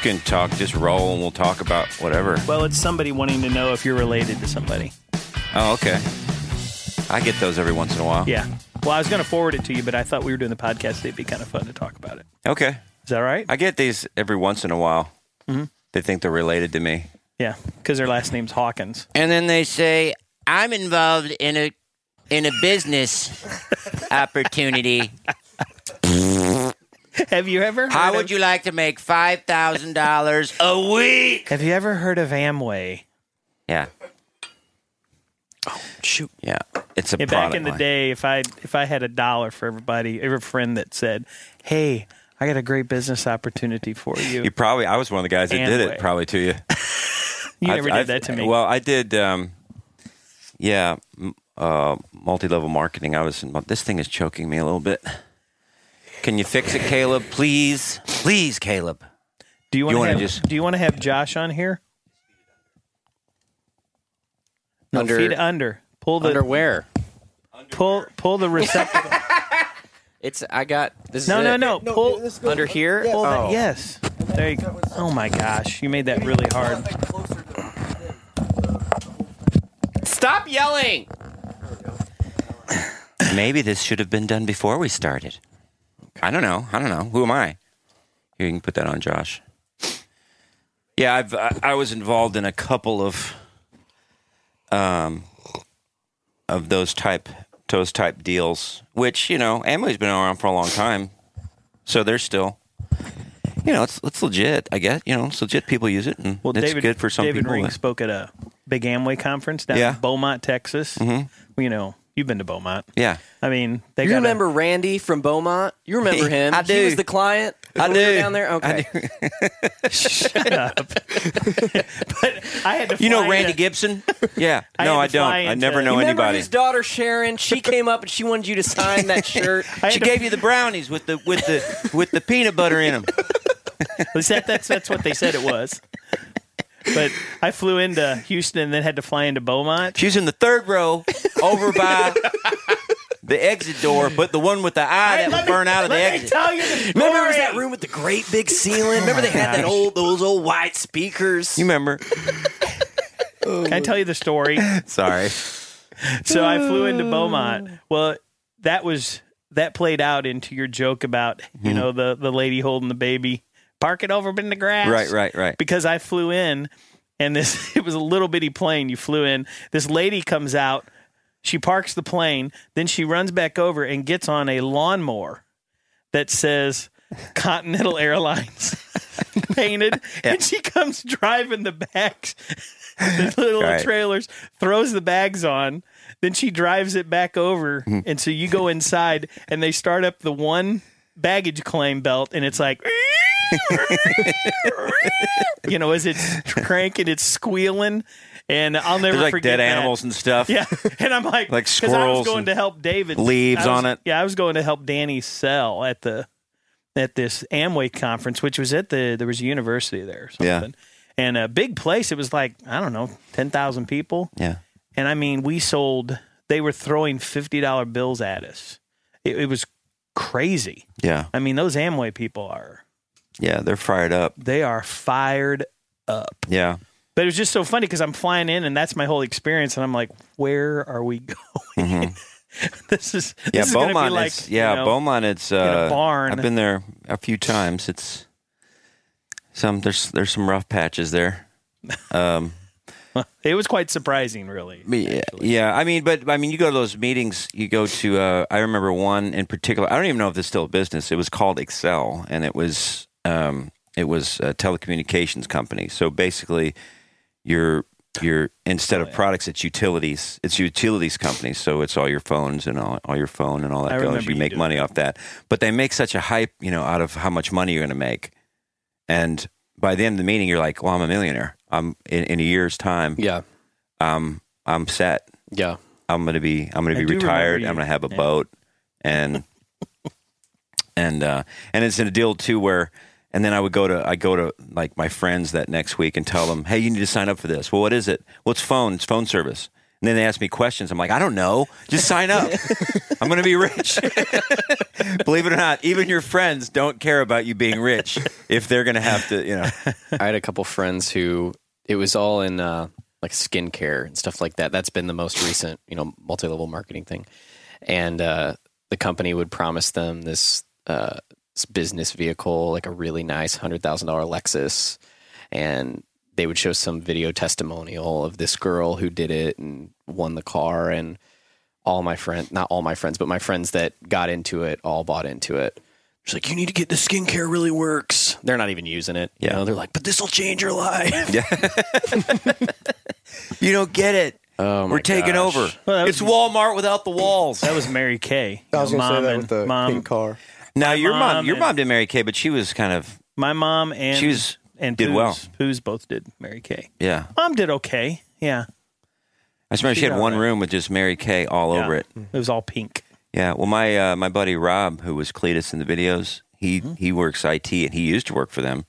can talk. Just roll, and we'll talk about whatever. Well, it's somebody wanting to know if you're related to somebody. Oh, okay. I get those every once in a while. Yeah. Well, I was going to forward it to you, but I thought we were doing the podcast. It'd be kind of fun to talk about it. Okay. Is that all right? I get these every once in a while. Mm-hmm. They think they're related to me. yeah, because their last name's Hawkins. And then they say, I'm involved in a in a business opportunity. Have you ever? How heard would of- you like to make five thousand dollars a week? Have you ever heard of Amway? Yeah. Shoot. Yeah. It's a Yeah, product Oh, back in the line. day, if I if I had a dollar for everybody, every friend that said, "Hey, I got a great business opportunity for you," You you, probably. I was one of the guys that did Amway. it. Probably to you. never did I've- that to me. Well, I did. Um, yeah, m- uh, multi-level marketing. I was. In, this thing is choking me a little bit. Can you fix it, Caleb? Please, please, Caleb. do you you wanna want to just- do you want to have Josh on here? No, Under- feed it under. Pull the Underwear. pull pull the receptacle. It's I got this. no, is no, it. no, Pull this goes- Under here. Yeah. pull Oh. that. Yes. There you go. Oh my gosh, you made that really hard. Stop yelling. Maybe this should have been done before we started. I don't know. I don't know. Who am I? You can put that on Josh. Yeah, I've I, I was involved in a couple of um of those type those type deals, which you know Amway's been around for a long time, so they're still. You know, it's it's legit. I guess you know it's legit. People use it, and Well, it's David, good for some David people. Ring spoke at a big Amway conference down Yeah. Mm-hmm. in Beaumont, Texas. You know, you've been to Beaumont. yeah, I mean, they You got remember Randy from Beaumont? You remember him? I He do. was the client. I when we were do. down there. Okay. I had to. you know fly Randy to- Gibson. Yeah, I no, had I to don't. fly I into- never know uh, You Remember anybody. his daughter Sharon? She came up and she wanted you to sign that shirt. I She had to- gave you the brownies with the with the with the peanut butter in them. At least that- that's that's what they said it was. But I flew into Houston and then had to fly into Beaumont. She's in the third row over by the exit door, but the one with the eye that was burnt out of the Let me exit. tell you the Remember it was story. that room with the great big ceiling? Remember they had that old those old wide speakers? You remember? Can I tell you the story? Sorry. So I flew into Beaumont. Well, that was that played out into your joke about you Mm-hmm. know the the lady holding the baby, park it over in the grass. Right, right, right. Because I flew in, and this it was a little bitty plane. You flew in. This lady comes out. She parks the plane. Then she runs back over and gets on a lawnmower that says Continental Airlines. painted and she comes driving the bags the little Right. trailers throws the bags on then she drives it back over Mm-hmm. and so you go inside and they start up the one baggage claim belt and it's like you know as it's cranking it's squealing and i'll never There's like forget dead that. animals and stuff. yeah and i'm like Like 'cause i was squirrels going and to help david leaves I was- on it. yeah i was going to help danny sell at the at this Amway conference, which was at the there was a university there or Yeah. something. And a big place. It was like, I don't know, ten thousand people. Yeah. And I mean we sold they were throwing fifty dollar bills at us. It, it was crazy. Yeah. I mean, those Amway people are Yeah. They're fired up. they are fired up. Yeah. But it was just so funny because I'm flying in and that's my whole experience and I'm like, where are we going? this is Mm-hmm. Yeah. this is gonna Beaumont be like is yeah, you know, Beaumont it's uh a barn. I've been there a few times. It's some there's there's some rough patches there. Um It was quite surprising really. Yeah, yeah. I mean, but I mean, you go to those meetings. You go to. Uh, I remember one in particular. I don't even know if it's still a business. It was called Excel, and it was um, it was a telecommunications company. So basically, your your instead of products, it's utilities. It's utilities companies. So it's all your phones and all, all your phone and all that I goes. remember You you make doing money off that, but they make such a hype, you know, out of how much money you're going to make, and by the end of the meeting, you're like, "Well, I'm a millionaire. I'm in, in a year's time. yeah. I'm I'm set." Yeah. I'm gonna be I'm gonna I be do remember retired. you. I'm gonna have a Yeah. boat and and uh and it's in a deal too where and then I would go to I go to like my friends that next week and tell them, hey, you need to sign up for this. Well, what is it? Well, it's phone. It's phone service. And And then they ask me questions. I'm like, I don't know. Just sign up. I'm going to be rich. Believe it or not, even your friends don't care about you being rich if they're going to have to, you know. I had a couple friends who it was all in uh, like skincare and stuff like that. That's been the most recent, you know, multi-level marketing thing. And uh, the company would promise them this, uh, this business vehicle, like a really nice hundred thousand dollar Lexus, and they would show some video testimonial of this girl who did it and won the car and all my friends not all my friends but my friends that got into it all bought into it she's like you need to get the skincare really works they're not even using it you Yeah. know they're like but this will change your life You don't get it. Oh my We're taking gosh. over. Well, that it's Walmart without the walls. That was Mary Kay. I was You know, going to say mom that and- with the mom, pink car. Now your mom, mom your and- mom did Mary Kay, but she was kind of My mom and She was- and did Pooh's, well. Pooh's both did Mary Kay. yeah. Mom did okay. Yeah, I just remember she, She had got one it. room with just Mary Kay all Yeah. over it. it was all pink. Yeah. Well, my uh, my buddy Rob, who was Cletus in the videos, he Mm-hmm. he works IT and he used to work for them.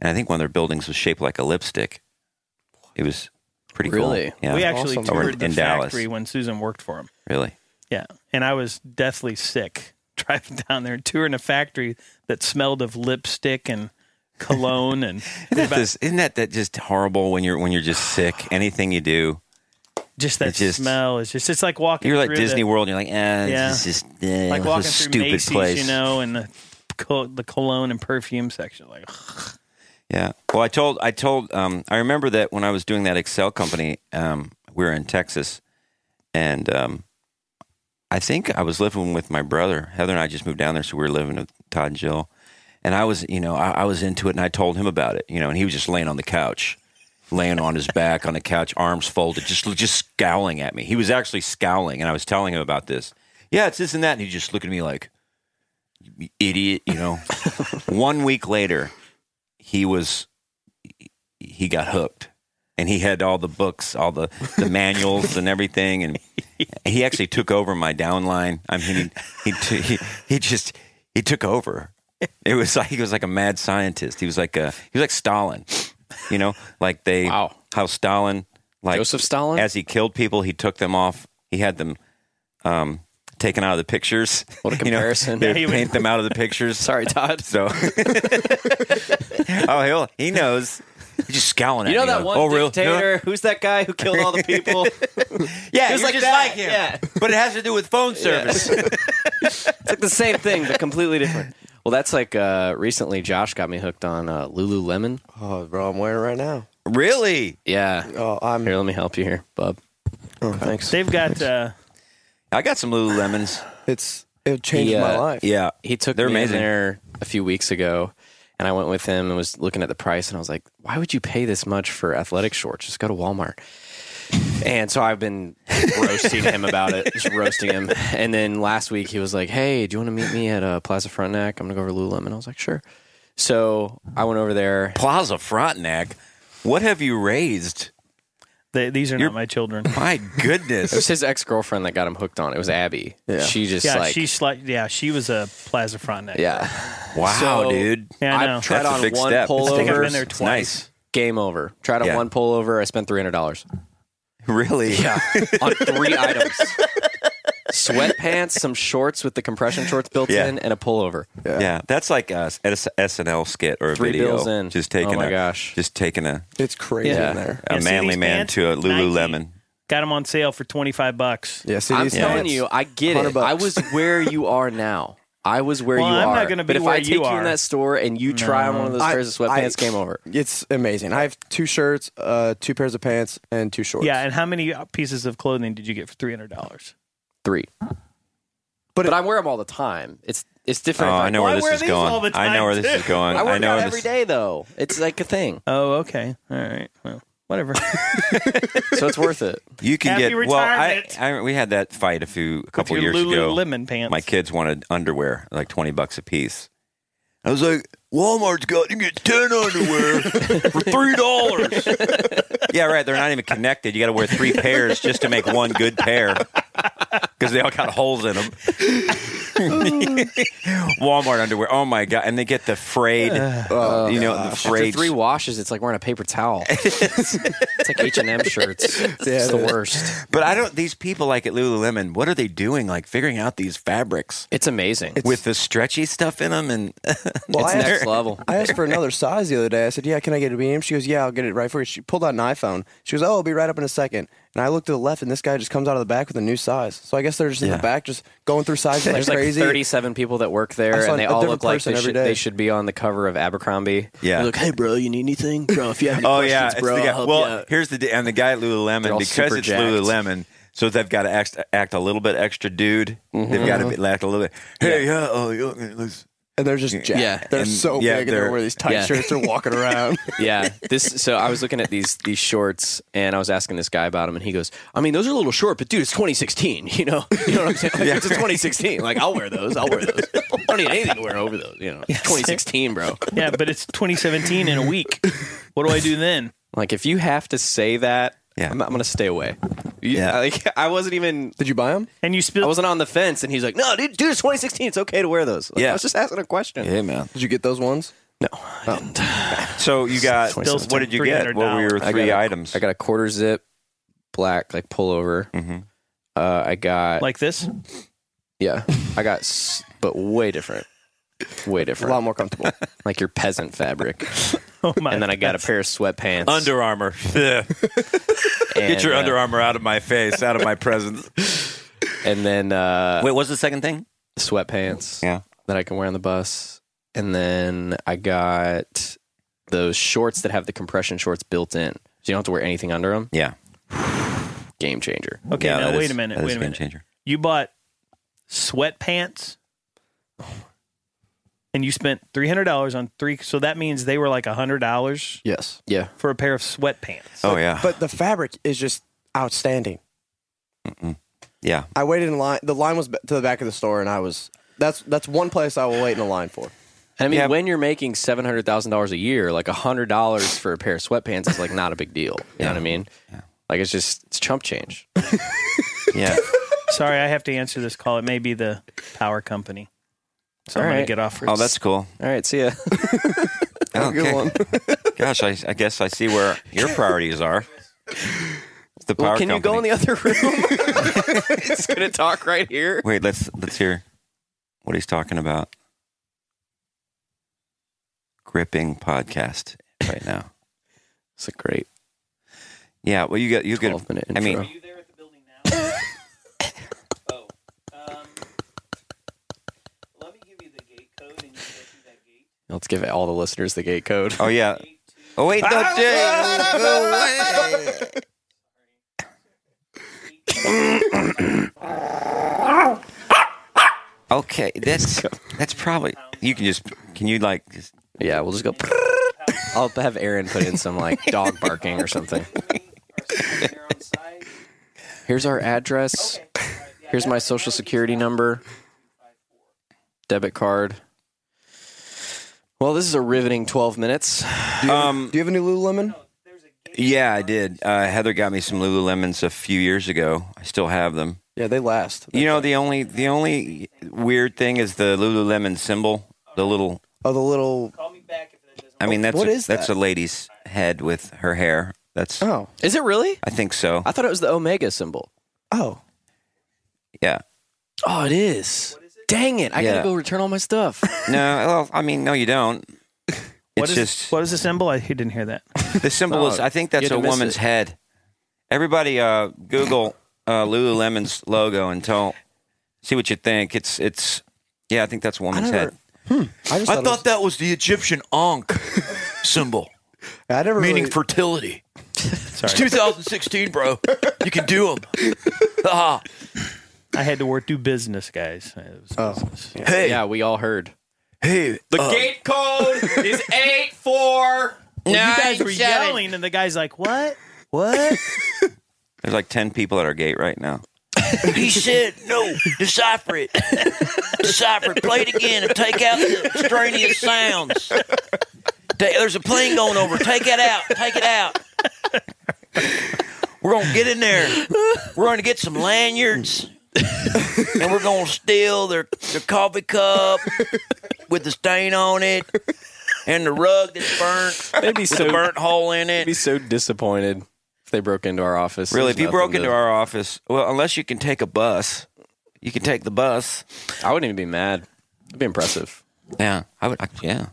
And I think one of their buildings was shaped like a lipstick. It was pretty Really? cool. Yeah. we actually awesome. Over toured the in Dallas. factory when Susan worked for him. really. Yeah, and I was deathly sick driving down there, touring a factory that smelled of lipstick and cologne and Isn't that, this, isn't that that just horrible when you're when you're just sick? Anything you do, just that It just- smell. It's just it's like walking. you're like through Disney the, World. and You're like, eh, Yeah. this is just eh, like this is walking a through stupid Macy's, place, you know, and the co- the cologne and perfume section. Like, Yeah. Well, I told I told um, I remember that when I was doing that Excel company, um, we were in Texas, and um, I think I was living with my brother. Heather and I just moved down there, so we were living with Todd and Jill. And I was, you know, I, I was into it, and I told him about it, you know, and he was just laying on the couch, laying on his back on the couch, arms folded, just just scowling at me. He was actually scowling, and I was telling him about this. Yeah, it's this and that, and he just looked at me like, "You idiot, you know. One week later, he was he got hooked and he had all the books all the, the manuals and everything and he actually took over my downline i mean he he, t- he he just he took over it was like he was like a mad scientist he was like a he was like stalin you know like they Wow. how stalin like Joseph Stalin? as he killed people he took them off he had them um taken out of the pictures What a You know, comparison. they Yeah, would he would- paint them out of the pictures Sorry, Todd. so, oh, he'll, he knows. He's just scowling You at know me. that like, one oh, real- dictator? Who's that guy who killed all the people? Yeah, Just you're like just that, like him. yeah. But it has to do with phone service. it's like the same thing, but completely different. Well, that's like uh, recently Josh got me hooked on uh, Lululemon. Oh, bro, I'm wearing it right now. really? Yeah. Oh, I'm. Here, let me help you here, bub. Oh, thanks. they've got uh, I got some Lululemons. It's it changed Yeah. my life. Yeah. He took They're me amazing. in there a few weeks ago, and I went with him and was looking at the price, and I was like, "Why would you pay this much for athletic shorts? Just go to Walmart." And so I've been roasting him about it, just roasting him. And then last week he was like, "Hey, do you want to meet me at uh, Plaza Frontenac? I'm gonna go over to Lululemon." I was like, "Sure." So I went over there. Plaza Frontenac. What have you raised? they, these are You're- not my children. My goodness. It was his ex girlfriend that got him hooked on. it. It was Abby. Yeah. She just Yeah, like she's like, yeah, she was a Plaza Frontneck. yeah. wow, So- dude. yeah, I know. I've tried That's a on big one step. I think I've pullover. been there It's twice. nice. Game over. Tried on Yeah. one pullover. I spent three hundred dollars. Really? Yeah, on three items: sweatpants, some shorts with the compression shorts built Yeah. in, and a pullover. Yeah. that's like a S- SNL skit or a Three video. bills in. Just taking Oh my a gosh. just taking a, It's crazy Yeah. in there. a Yeah, see manly these man pants? to a Nike. Lululemon. Got them on sale for twenty five bucks. Yeah, see I'm these telling pants? you, I get 100 it. I was bucks. where you are now. I was where Well, you I'm are. not gonna be but if where I you take you, are. in that store and you try on one of those I- pairs of sweatpants, I- game over. It's amazing. I have two shirts, uh, two pairs of pants, and two shorts. Yeah, and how many pieces of clothing did you get for three hundred dollars? Three. But, it- I wear them all the time. It's it's Oh, different. if I know well, where I this wear is these going. all the I know time, where this is too. going. I, work know out where every this- day though. It's like a thing, Oh, okay, all right, well, whatever. so it's worth it. You can Happy get well. I, retirement. I we had that fight a few a couple With your years ago. Lululemon pants. My kids wanted underwear, like twenty bucks a piece. I was like, Walmart's got you can get ten underwear for three dollars. yeah, right. They're not even connected. You got to wear three pairs just to make one good pair because they all got holes in them. Walmart underwear. Oh my god! And they get the frayed, uh, you know, the After frayed. three washes, it's like wearing a paper towel. it's like H and M shirts. it's the worst. But I don't. These people like at Lululemon, what are they doing? Like figuring out these fabrics It's amazing. with the stretchy stuff in them, and Well, it's I next asked, level. I asked for another size the other day. I said, "Yeah, can I get a medium?" She goes, "Yeah, I'll get it right for you." She pulled out an iPhone. She goes, "Oh, I'll be right up in a second. And I look to the left, and this guy just comes out of the back with a new size. So I guess they're just in the back, just going through sizes like There's like crazy. 37 people that work I there, saw and they a all different look like person they every should, day. they should be on the cover of Abercrombie. yeah. Look, hey, bro, you need anything, bro? If you have any Oh questions, yeah, it's bro, the I'll guy. help well, you out. here's the d- and the guy at Lululemon all because super it's jacked. Lululemon, so they've got to act, act a little bit extra dude. They've got to be, act a little bit. Hey, yeah, oh, you look- it looks- and they're just jacked. Yeah. they're And- so yeah, big, and they're they're- wearing these tight yeah. shirts. They're walking around. yeah this so i was looking at these these shorts and i was asking this guy about them and he goes i mean those are a little short but dude it's 2016 you know you know what i'm saying like, it's a 2016 like i'll wear those i'll wear those i don't need anything to wear over those you know It's 2016 bro yeah, but it's 2017 in a week. What do I do then? like if you have to say that Yeah. i'm, I'm gonna stay away You- Yeah. like i wasn't even Did you buy them? And you i spill. wasn't on the fence and he's like no dude, dude it's 2016 it's okay to wear those Like, Yeah. i was just asking a question Hey man. Did you get those ones? no i didn't So you got Still what did you spent get? What were your I three got a- items? i got a quarter zip black like pullover Mhm. uh, i got like this. Yeah, I got, s- but way different, way A different. lot more comfortable. like your peasant fabric, Oh my! and then I got a pair of sweatpants. Under Armour. Ugh. and, Get your uh, Under Armour out of my face, out of my presence. and then uh, Wait, what's the second thing? sweatpants. Yeah. that I can wear on the bus, and then I got those shorts that have the compression shorts built in, so you don't have to wear anything under them. Yeah. Game changer. Okay, yeah, now that wait is- a minute. that is Wait a game minute. changer. You bought sweatpants, and you spent three hundred dollars on three. So that means they were like hundred dollars yes, Yeah, for a pair of sweatpants. Oh yeah. but the fabric is just outstanding. yeah. I waited in line. The line was b- to the back of the store, and I was. That's that's one place I will wait in a line for. and I mean Yeah. when you're making seven hundred thousand dollars a year, like hundred dollars for a pair of sweatpants is like not a big deal. You know what I mean? Like it's just it's chump change. Yeah. Sorry, I have to answer this call. It may be the power company, so All I'm gonna right. get off. oh, that's cool. All right, see ya. Oh, okay. Gosh, I, I guess I see where your priorities are. It's The power Well, can you go company. in the other room? it's gonna talk right here. Wait, let's let's hear what he's talking about. Gripping podcast right now. It's a great Yeah, well, you get you get. twelve minute I intro. mean, you there at the building now? oh, um, let me give you the gate code, and you go through that gate. let's give all the listeners the gate code. oh yeah. Oh wait, no, Jay. okay, that's that's probably you can just can you like just, Yeah, we'll just go. I'll have Aaron put in some like dog barking or something. Here's our address. Here's my social security number, debit card. Well, this is a riveting 12 minutes. um Do you have a new Lululemon? yeah I did uh, Heather got me some Lululemons a few years ago I still have them Yeah, they last. You know the only the only weird thing is the Lululemon symbol, the little. Oh, the little. I mean, that's What a, is that's that? a lady's head with her hair. That's Oh, Is it really? I think so. I thought it was the Omega symbol. oh. Yeah. Oh, it is. Dang it. I Yeah. gotta go return all my stuff. No, well, I mean, no, you don't. What It's is just what is the symbol? I he didn't hear that. the symbol is. Oh, I think that's you had a to miss woman's it. head. Everybody, uh, Google uh, Lululemon's logo and tell see what you think. It's it's yeah. I think that's a woman's never- head. I just thought, it was- that was the Egyptian Ankh symbol. I never meaning really, fertility. It's 2016, bro. You can do them. Ah, I had to work do business, guys. It was Oh. business. hey, yeah, we all heard. hey. The Gate code is 84. you guys were yelling, and the guy's like, "What? What?" There's like ten people at our gate right now. He said, no, decipher it. decipher it. Play it again and take out the extraneous sounds. Ta- There's a plane going over. Take it out. Take it out. We're going to get in there. We're going to get some lanyards. and we're gonna steal their their coffee cup with the stain on it and the rug that's burnt They'd be with a so burnt hole in they'd be it. so disappointed if they broke into our office. Really, if There's you broke nothing into to- our office, well, unless you can take a bus, you can take the bus. I wouldn't even be mad. It'd be impressive. Yeah, I would. I, yeah,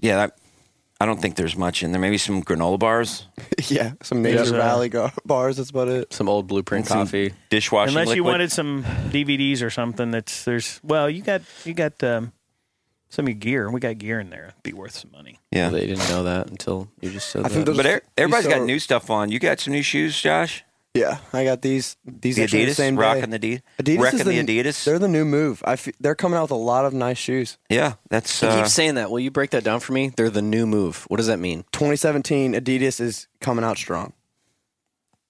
yeah. That, I don't think there's much in there. Maybe some granola bars, yeah, some major rally go- bars. That's about it. Some old blueprint coffee. dishwashing. Unless you liquid. wanted some DVDs or something that's there's well you got you got um, some of your gear we got gear in there It'd be worth some money. yeah. They didn't know that until you just said I think that. those- But er- everybody's got so- new stuff on. You got some new shoes, Josh? Yeah, I got these. These The actually the Adidas, same day. rocking the D- Adidas is wrecking the, the Adidas. They're the new move. I f- they're coming out with a lot of nice shoes. yeah, that's You uh, keep saying that. Will you break that down for me? They're the new move. What does that mean? 2017 Adidas is coming out strong.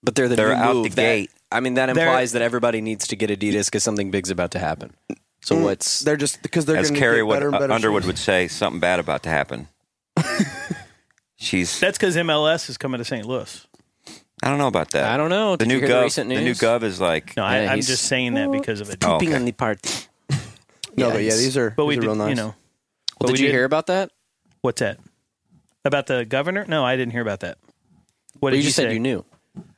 But they're the They're new out move. the That- gate. I mean, that They're- implies that everybody needs to get Adidas because something big's about to happen. So Mm, what's They're just because they're as going to Carrie get would, better and better. Underwood shoes. would say, something bad about to happen. She's. That's because MLS is coming to St. Louis. I don't know about that. I don't know. The Did you new hear the gov. recent the new news? gov is like. No, I, Yeah, I'm he's- just saying that because of it. Oh, okay. the party? No, but yeah, Yes. these are But we these are did, real nice. you know, we Well, did you did- hear about that? what's that about the governor? No, I didn't hear about that. What Well, did you just say? said you knew.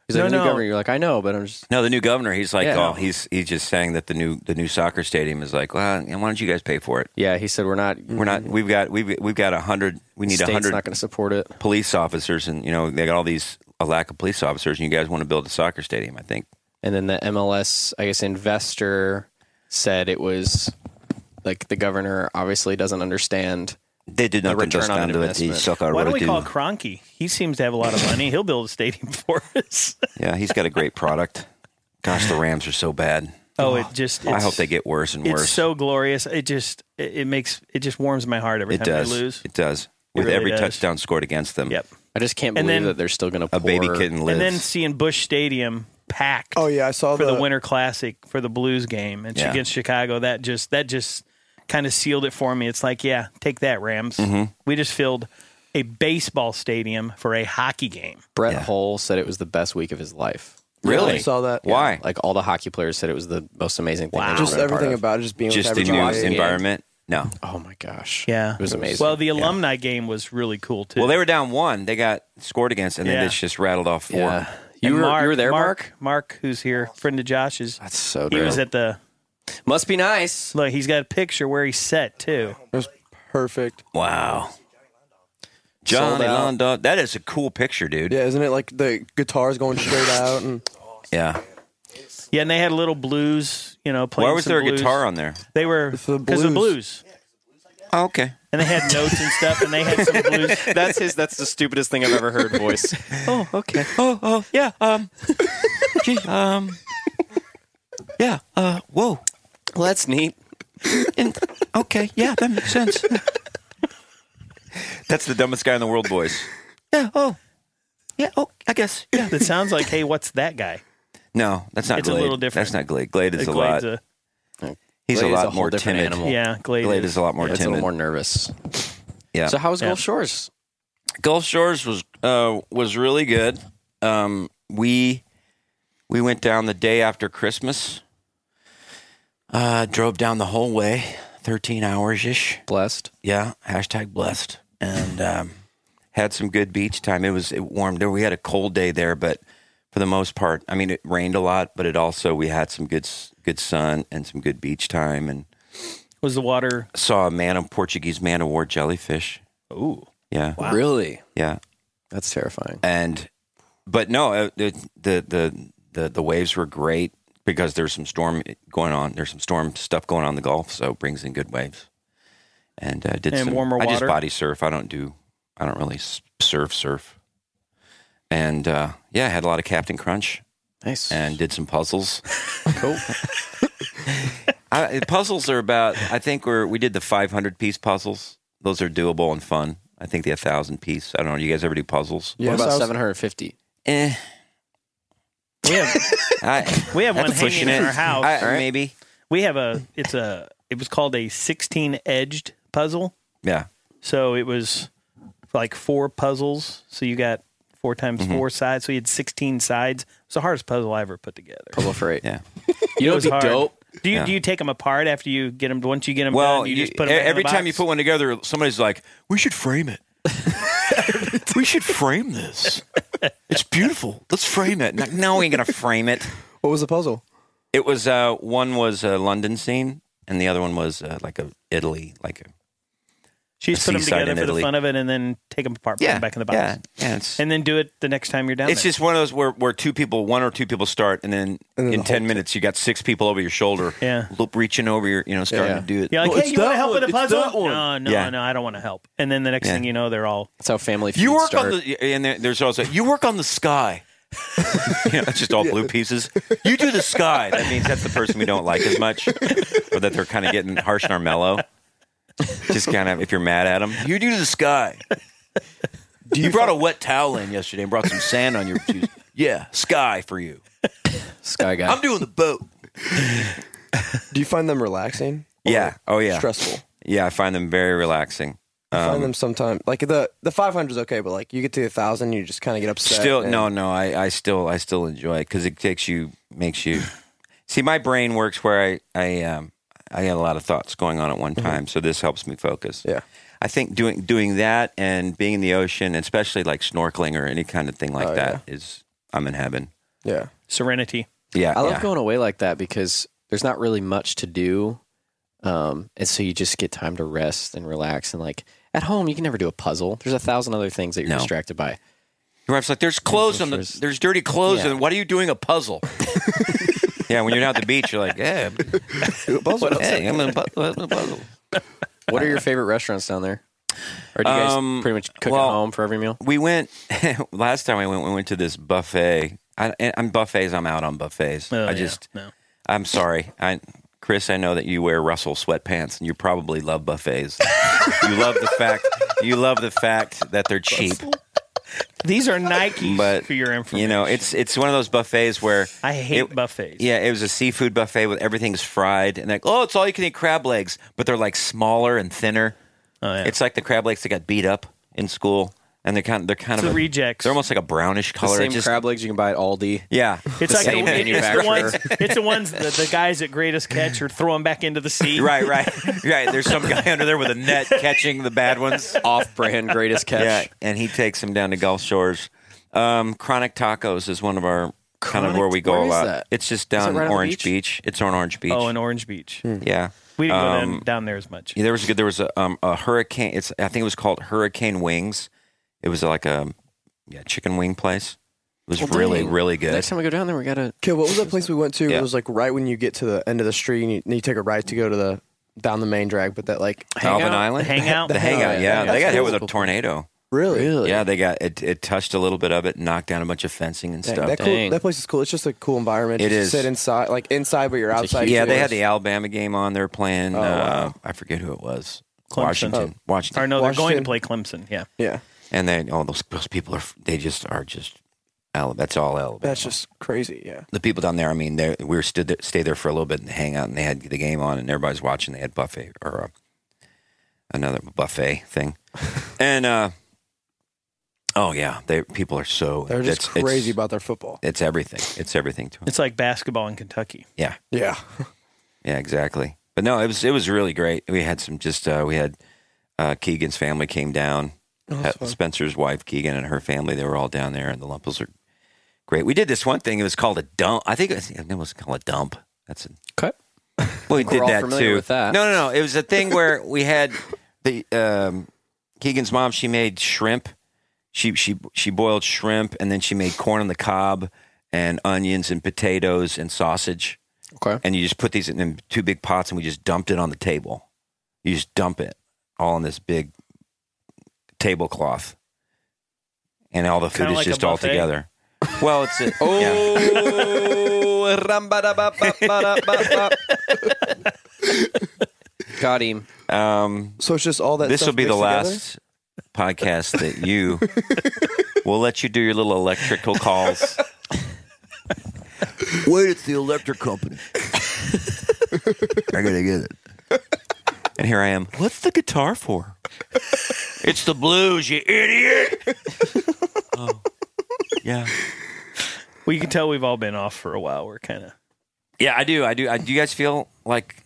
He's No, like, the new no. governor. You're like, I know, but I'm just. No, the new governor. He's like, Yeah. oh, he's he's just saying that the new the new soccer stadium is like, well, why don't you guys pay for it? Yeah, he said we're not. We're not. Mm-hmm. We've got we've we've got a hundred. We need a state's hundred not going to support it. police officers, and you know they got all these a lack of police officers, and you guys want to build a soccer stadium. I think And then the MLS, I guess, investor said it was like the governor obviously doesn't understand. they did nothing return just on down to it. The investment. soccer Why don't we really call do. Cronky? He seems to have a lot of money. He'll build a stadium for us. Yeah, he's got a great product. Gosh, the Rams are so bad. Oh, it just. It's, I hope they get worse and It's worse. so glorious. It just. It, it makes. It just warms my heart every it time does. they lose. It does. With really every does. touchdown scored against them, Yep. I just can't And believe then- that they're still going to a baby kitten lives. And then seeing Bush Stadium packed. Oh yeah, I saw for the, Winter Classic for the Blues game and Yeah. against Chicago. That just that just kind of sealed it for me. It's like, yeah, take that Rams. Mm-hmm. We just filled a baseball stadium for a hockey game. Brett Yeah. Hull said it was the best week of his life. really I saw that. Why? Like all the hockey players said it was the most amazing thing. they've Just ever been a part everything of. about it, just being just with the new everybody. game. environment. No. Oh my gosh. Yeah, It was amazing. Well, the alumni game was really cool too. Well, they were down one. They got scored against, and then Yeah. it's just rattled off four. yeah. You And were, you were there, Mark? Mark. Mark, who's here, friend of Josh's. That's so He dope. was at the Must be nice. look. He's got a picture where he's set too. It was perfect. Wow. Johnny out. Londo. That is a cool picture, dude. Yeah, isn't it like the guitars going straight out and Yeah. Yeah, and they had a little blues. You know, playing Why was some there a blues. guitar on there? They were the because the blues. blues, Oh, okay. and they had notes and stuff, and they had some blues. That's his. That's the stupidest thing I've ever heard. Voice. Oh, okay. Oh, oh, yeah. Um, gee, um, yeah. Uh, whoa. well, that's neat. And, okay. Yeah, that makes sense. That's the dumbest guy in the world voice. Yeah. Oh. Yeah. Oh, I guess. Yeah. That sounds like, hey, what's that guy? No, that's not It's a Glade. little different. That's not Glade. Glade is a lot. Glade's a- he's Glade a is lot a whole more different timid. animal. yeah, Glade. Glade is a lot more That's a timid. little more nervous. yeah. So how was Yeah. Gulf Shores? Gulf Shores was uh, was really good. Um, we we went down the day after Christmas. Uh, drove down the whole way, thirteen hours ish. Blessed. Yeah, hashtag blessed, and um, had some good beach time. It was it warmed. We had a cold day there, but for the most part, I mean, it rained a lot, but it also we had some good s- good sun and some good beach time, and was the water. saw a man of Portuguese man of war jellyfish. Ooh, Yeah, Really? yeah. That's terrifying. and but no uh, the the the the, the waves were great because there's some storm going on there's some storm stuff going on in the gulf so it brings in good waves and uh, did And some warmer i water? just body surf i don't do i don't really s- surf surf and uh, yeah i had a lot of captain crunch Nice. and did some puzzles cool. I, puzzles are about i think we're we did the 500 piece puzzles those are doable and fun i think the 1000 piece i don't know you guys ever do puzzles what Yes, I about was- 750? eh, we have I, we have one That's pushing hanging in it. our house. I- Maybe. we have a. It's a. It was called a sixteen edged puzzle. Yeah. So it was like four puzzles. So you got Mm-hmm. four times four sides. So you had sixteen sides. It's the hardest puzzle I ever put together. Proliferate. Yeah. You know was what'd be hard. dope? Do you Yeah. do you take them apart after you get them? Once you get them Well, done, you, you- just put e- them every time you put one together, somebody's like, "We should frame it. we should frame this. It's beautiful. Let's frame it." Like, no, we ain't gonna frame it. What was the puzzle? It was uh, one was a London scene, and the other one was uh, like a Italy, like a She just put them seaside together in for the Italy. fun of it, and then take them apart, put them back in the box, Yeah, yeah, it's, and then do it the next time you're down it's there. just one of those where, where two people, one or two people start, and then, And then in the ten minutes you got six people over your shoulder, Yeah. loop reaching over your, you know, starting yeah. to do it. You're like, No, hey, it's you want that to help with a one. It's puzzle? that one. No, no, Yeah. no, I don't want to help. And then the next Yeah. thing you know, they're all That's how family You Feud work start. on the, and there, there's also you work on the sky. you know, it's just all blue pieces. You do the sky. That means that's the person we don't like as much, or that they're kind of getting harsh and our mellow. Just kind of if you're mad at them, you do the sky. you, brought a wet towel in yesterday and brought some sand on your shoes. Yeah, sky for you. Sky guy. I'm doing the boat. Do you find them relaxing? Or Yeah. Oh yeah. Stressful. Yeah, I find them very relaxing. I Um, find them sometimes like the the 500 is okay, but like you get to a thousand, you just kind of get upset. Still, and- no, no. I, I still, I still enjoy it because it takes you, makes you. See, my brain works where I, I, um, I got a lot of thoughts going on at one time, so this helps me focus. Mm-hmm. Yeah. I think doing doing that and being in the ocean, especially like snorkeling or any kind of thing like Oh, that, is- I'm in heaven. Yeah. serenity. Yeah, I love yeah. going away like that because there's not really much to do. Um, and so you just get time to rest and relax. And like at home, you can never do a puzzle. There's a thousand other things that you're No. distracted by. Your wife's like, "There's clothes on there's- the, there's dirty clothes, Yeah. and what are you doing a puzzle?" yeah, when you're down at the beach, you're like, "Yeah, Do a puzzle. hey, I'm in a puzzle. I'm in a puzzle." What are your favorite restaurants down there? Or do you guys Um, pretty much cook well- at home for every meal? we went last time we went. We went to this buffet. I, and I'm buffets. I'm out on buffets. Oh, I yeah, just. no. I'm sorry, I, Chris. I know that you wear Russell sweatpants, and you probably love buffets. you love the fact. You love the fact that they're cheap. These are Nikes But, for your information. You know, it's it's one of those buffets where I hate it- buffets. Yeah, it was a seafood buffet with everything's fried, and like, oh, it's all you can eat crab legs, but they're like smaller and thinner. Oh, yeah. It's like the crab legs that got beat up in school, and they're kind they're kind the of a- rejects. They're almost like a brownish The color. It same just- crab legs you can buy at Aldi. Yeah, It's The like same the, it's the manufacturer. ones. It's the ones that the guys at Greatest Catch are throwing back into the sea. right, right, right. There's some guy under there with a net catching the bad ones. Off-brand greatest catch. Yeah, and he takes them down to Gulf Shores. Um, Chronic Tacos is one of our kind of Chronic- where we go where a is lot. that? It's just it down right on the Orange beach? beach? It's on Orange Beach. Oh, in Orange Beach, yeah. we didn't go Um, down, down there as much. Yeah, there was a good. There was a, um, a hurricane. It's I think it was called Hurricane Wings. It was like a yeah chicken wing place. It was Well, really dang. really good. Next time we go down there, we gotta. Okay, what was that place we went to? Yeah. It was like right when you get to the end of the street and you, and you take a right to go to the down the main drag, but that like Alvin Hangout? Island, The Hangout? the Hangout. Hangout, Yeah, yeah. they got hit with a Cool. tornado. really, Really? Yeah, they got it. It touched a little bit of it, knocked down a bunch of fencing and Dang, stuff. that, cool, Dang. that place is cool. It's just a cool environment. It Just is. sit inside, like inside, but you're a outside. huge- yeah, too. they had the Alabama game on. They were playing. Oh, uh, wow. I forget who it was. Clemson. Oh, Washington, Washington, Or no, they're going to Washington. play Clemson. Yeah, yeah. and then all those, those people are. They just are just. Al- That's all Alabama. That's just crazy. Yeah, the people down there. I mean, they we were stood there, stayed there for a little bit and hang out, and they had the game on, and everybody's watching. They had buffet or uh, another buffet thing, and uh, oh yeah, they people are so they're just it's- crazy It's, about their football. it's everything. It's everything to 'em. it's like basketball in Kentucky. Yeah, Yeah, exactly. But no, it was it was really great. We had some just uh, we had uh, Keegan's family came down. that's fun. Spencer's wife Keegan and her family they were all down there, and the Lumpels are great. We did this one thing. It was called a dump. I think it was, it was called a dump. That's a Cut. Well, we We're did all that familiar too. with that. No, no, no. It was a thing where we had the um, Keegan's mom. She made shrimp. She she she boiled shrimp, and then she made corn on the cob, and onions and potatoes and sausage. Okay. And you just put these in, in two big pots, and we just dumped it on the table. You just dump it all on this big tablecloth, and all the food Kinda is like a just all buffet. together. Well, it's a, Oh, yeah. rambadabababababab. got him. Um, so it's just all that. this will stuff be the mixed last together? podcast that you will let you do your little electrical calls. Wait, it's the electric company. I gotta get it. And here I am. What's the guitar for? It's the blues, you idiot. Yeah. Oh, Well, you can tell we've all been off for a while. We're kind of Yeah, I do. I do. I, do you guys feel like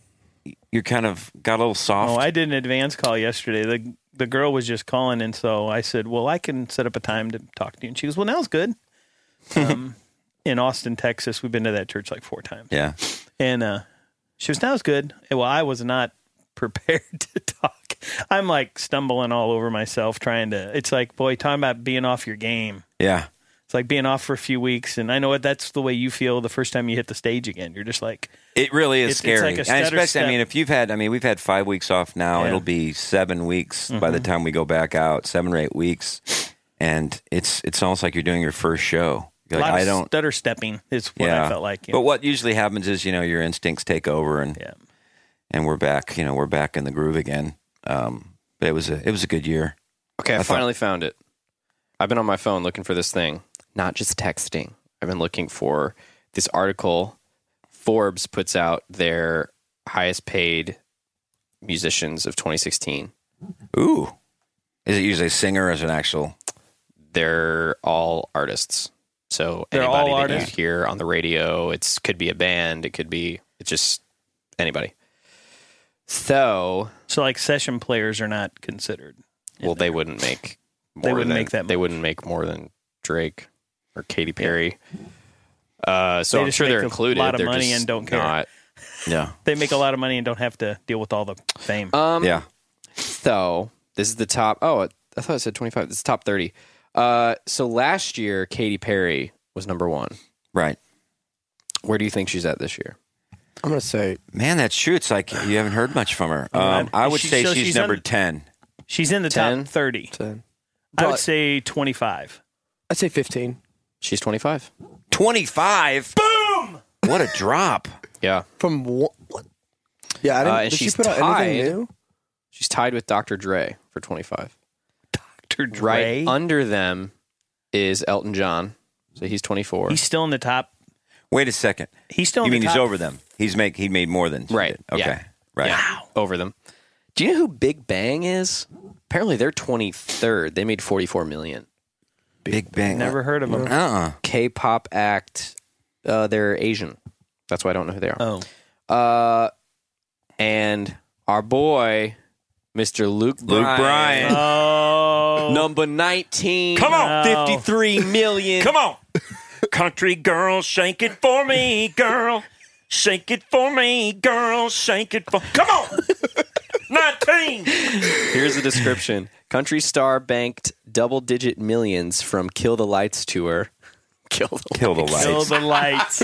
you're kind of got a little soft? Oh, I did an advance call yesterday. The the girl was just calling, and so I said, "Well, I can set up a time to talk to you." And she goes, "Well, now's good." Um, in Austin, Texas, we've been to that church like four times, yeah. and uh, she was "Now's good." And, well, I was not prepared to talk. I'm like stumbling all over myself trying to. It's like, boy, talking about being off your game. Yeah. It's like being off for a few weeks, and I know what that's the way you feel the first time you hit the stage again. You're just like, It really is It's- it's scary. like a and especially, stutter I step. mean, if you've had, I mean, we've had five weeks off now. Yeah. Mm-hmm. It'll be seven weeks by the time we go back out, seven or eight weeks. And it's it's almost like you're doing your first show. You're a like, lot I of don't. stutter stepping is what I felt like. you But know. what usually happens is, you know, your instincts take over and Yeah. and we're back, you know, we're back in the groove again. Um, but it was a it was a good year. Okay, I, thought- finally found it. I've been on my phone looking for this thing, not just texting. I've been looking for this article. Forbes puts out their highest paid musicians of 2016. Ooh. Is it usually a singer or is it an actual They're all artists. So They're all anybody that artists? you hear on the radio, it's could be a band, it could be it's just anybody. So So like session players are not considered. Well, they wouldn't make. More wouldn't than- make that They much. wouldn't make more than Drake or Katy Perry. Uh, so They I'm just sure they're make a included. lot of They're money just and don't care. not- Yeah. They make a lot of money and don't have to deal with all the fame. Um, Yeah. So this is the top. Oh, I thought it said 25. This is top 30. Uh, so last year, Katy Perry was number one. Right. Where do you think she's at this year? I'm gonna say Man, that's true. It's like you haven't heard much from her. Um, I- I would she- say so she's, she's number un- ten. She's in the 10? top thirty. ten. I Probably- would say twenty five. I'd say 15. She's 25. 25. Boom! What a drop. Yeah, From what? Yeah, I didn't. Uh, and did she she's put out anything tied. new? she's tied with Dr. Dre for 25. Dr. Dre. Right under them is Elton John. So he's 24. he's still in the top. Wait a second. He's still. In You the mean he's top- over them? He's make he made more than she Right. did. Okay. Yeah. Right. Yeah, over them. Do you know who Big Bang is? Apparently, they're 23rd. They made 44 million. Big Bang. Never heard of him. Uh uh K-pop act. Uh, they're Asian. That's why I don't know who they are. Oh, Uh, and our boy, Mr. Luke Luke Bryan, Bryan. oh, number 19. Come on, No. 53 million. Come on. Country girl, shake it for me, girl. Shake it for me, girl. Shake it for. Come on. 19. Here's the description. Country star banked double-digit millions from Kill the Lights tour. Kill the Kill the Uh, lights. kill the lights!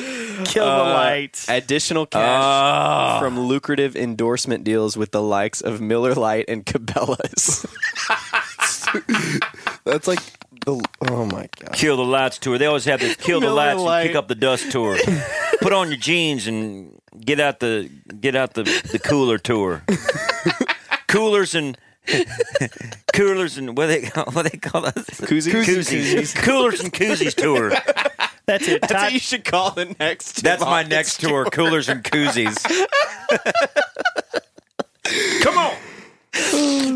Kill the lights! Additional cash Ah. from lucrative endorsement deals with the likes of Miller Lite and Cabela's. That's like the. Oh my god. Kill the Lights tour. They always have this Kill the Miller Lights Lite. and Kick Up the Dust tour. Put on your jeans and get out the get out the, the cooler tour. coolers and coolers and what they call what they call us Koozies? Koozies. coolers and koozies tour. That's it. Todd, should call the next. That's my next tour, Coolers and Koozies. Come on.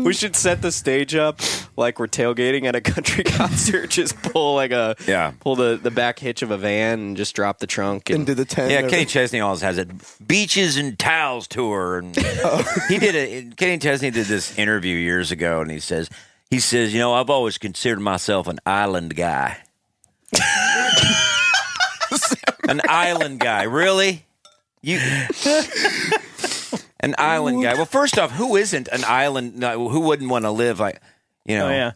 We should set the stage up like we're tailgating at a country concert. Just pull like a Yeah. pull the, the back hitch of a van and just drop the trunk and, And did the 10. Yeah, or- Kenny Chesney always has it. Beaches and towels tour and He did it. Kenny Chesney did this interview years ago, and he says, he says, you know, I've always considered myself an island guy. an island guy, really? You, an island guy. Well, first off, who isn't an island? no, Who wouldn't want to live like, you know, oh yeah.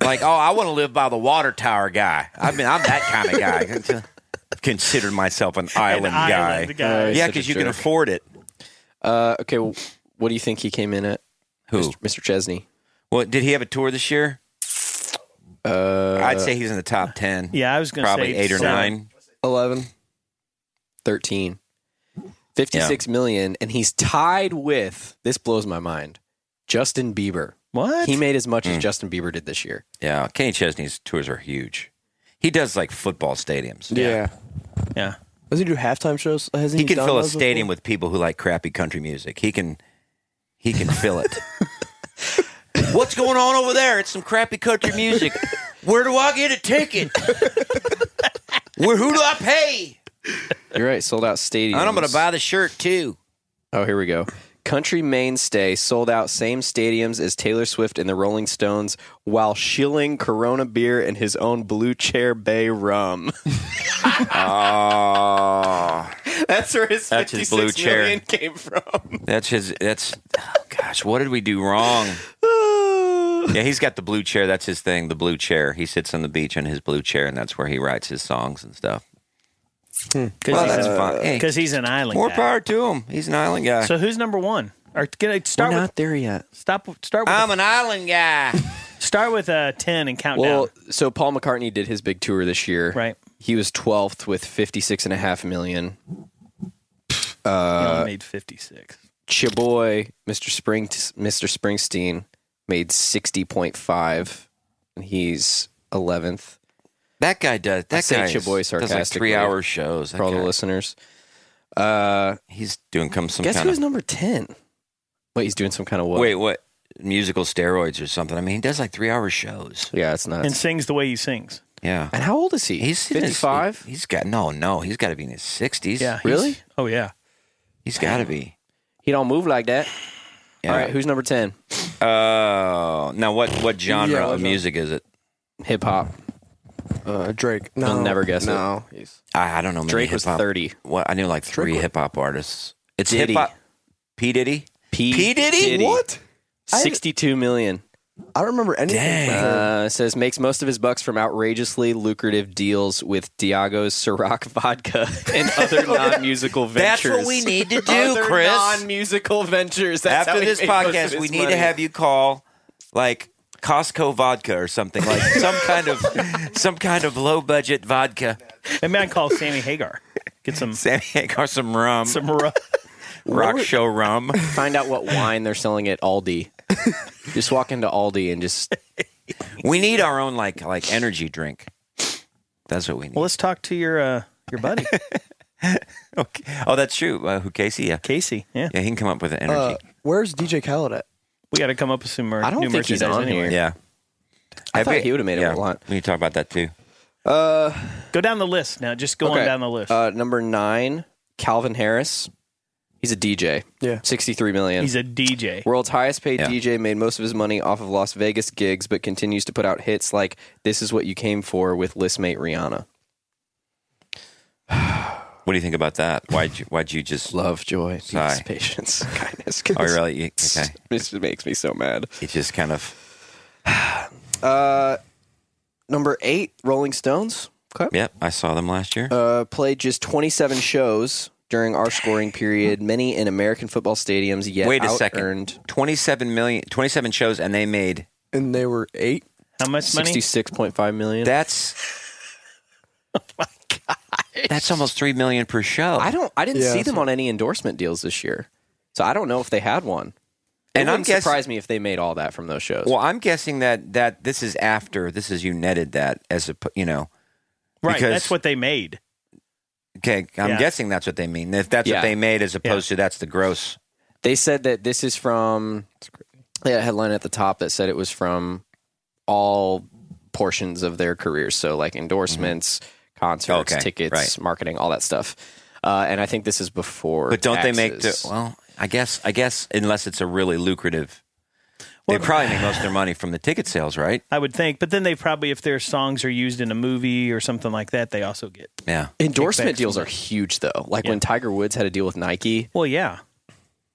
like, oh, I want to live by the water tower guy. I mean, I'm that kind of guy. Consider myself an island An guy. island guy. Yeah, Such a because you can jerk. afford it. Uh, okay, well, what do you think he came in at? Who? Mr. Mr. Chesney? Well, did he have a tour this year? Uh, I'd say he's in the top ten. Yeah, I was gonna probably say eight or seven. nine. 11. 13. fifty-six million, and he's tied with this blows my mind. Justin Bieber. What? He made as much as Justin Bieber did this year. Yeah, Kenny Chesney's tours are huge. He does like football stadiums. Yeah. yeah. Doesn't he do halftime shows? Hasn't he he, can done fill a those stadium with people who like crappy country music. He can, he can fill it. What's going on over there? It's some crappy country music. Where do I get a ticket? Where who do I pay? You're right. Sold out stadium. And I'm going to buy the shirt too. Oh, here we go. Country mainstay sold out same stadiums as Taylor Swift and the Rolling Stones while shilling Corona beer and his own Blue Chair Bay rum. That's where his That's his fifty-six Blue million Chair. came from. That's his. That's oh gosh, what did we do wrong? Yeah, he's got the blue chair. That's his thing. The blue chair. He sits on the beach on his blue chair, and that's where he writes his songs and stuff. Well, that's fun. Hey, because he's an island more guy. power to him. He's an island guy. So who's number one? Or can I start with there yet. stop? Start with I'm Um, an island guy. start with uh, ten and count Well, down. so Paul McCartney did his big tour this year. Right. He was 12th with 56.5 million. He uh, only made fifty six. Chaboy, Mr. Spring, Mr. Springsteen made 60.5 and he's 11th that guy does. That say guy Chaboy is- does like sarcastically three hour shows. That for all the guy- listeners. Uh, he's doing come some guess kind who's of number 10? Wait, he's doing some kind of what? wait what musical steroids or something. I mean, he does like three hour shows. Yeah, it's not. and sings the way he sings. Yeah, and how old is he? he's in his- 55? He's got no, no. He's got to be in his sixties. Yeah, he's- Really? Oh yeah. he's got to be. He don't move like that. Yeah. All right, who's number 10? Uh, now what? What genre what of genre? music is it? Hip hop. Uh, Drake. No, You'll never guess it. no. I, I don't know. many Drake was hip-hop- 30. What I knew like three hip hop artists. It's hip Diddy. hop. P Diddy. P. P. Diddy? What? 62 million. I don't remember anything. from her. Uh, it says makes most of his bucks from outrageously lucrative deals with Diago's Ciroc vodka and other non-musical That's ventures. what we need to do, Other Chris. non-musical ventures. That's how After he this made most of podcast, his we need money. to have you call like Costco vodka or something like some kind of some kind of low budget vodka. Maybe I can call Sammy Hagar. Get some Sammy or some rum, some rough. rock show rum. find out what wine they're selling at Aldi. just walk into Aldi and just We need our own like like energy drink. That's what we need. Well, let's talk to your uh, your buddy Okay. Oh, that's true. Uh, who Casey? Yeah. Casey. Yeah, yeah, he can come up with an energy. Uh, where's DJ Khaled at? we got to come up with some mer- I don't new think he's merchandise on anyway. here. yeah, I, I thought bet- he would have made yeah. it a lot. We can talk about that too. Go down the list now. Just go on down the list. Uh, number nine, Calvin Harris. He's a DJ. Yeah. sixty-three million. he's a DJ. World's highest paid Yeah. DJ made most of his money off of Las Vegas gigs, but continues to put out hits like This Is What You Came For with listmate Rihanna. What do you think about that? Why'd you, why'd you just? Love, joy, peace, Sigh. patience, kindness. Oh, you really? You, okay. This just makes me so mad. It just kind of. Uh, number eight, Rolling Stones. Okay. Yep, I saw them last year. Uh, played just 27 shows during our scoring period, many in American football stadiums, yet Wait a out second. earned 27 million, 27 shows, and they made. And they were eight. How much money? 66.5 million. That's. oh my god! That's almost three million per show. I don't. I didn't Yeah, see them on any endorsement deals this year, so I don't know if they had one. It And I'm wouldn't guess- surprise me if they made all that from those shows. Well, I'm guessing that that this is after this is you netted that as a you know. right, because- that's what they made. Okay, I'm Yeah. guessing that's what they mean. If that's Yeah. what they made, as opposed to that's the gross. they said that this is from. They had a headline at the top that said it was from all portions of their careers, so like endorsements, concerts, Mm-hmm. Okay, tickets, right. marketing, all that stuff. Uh, and I think this is before. But don't they make the taxes. well? I guess I guess unless it's a really lucrative, they probably make most of their money from the ticket sales, right? I would think, but then they probably, if their songs are used in a movie or something like that, they also get. Yeah. endorsement kickbacks deals are huge though? Like when Tiger Woods had a deal with Nike, Well, yeah.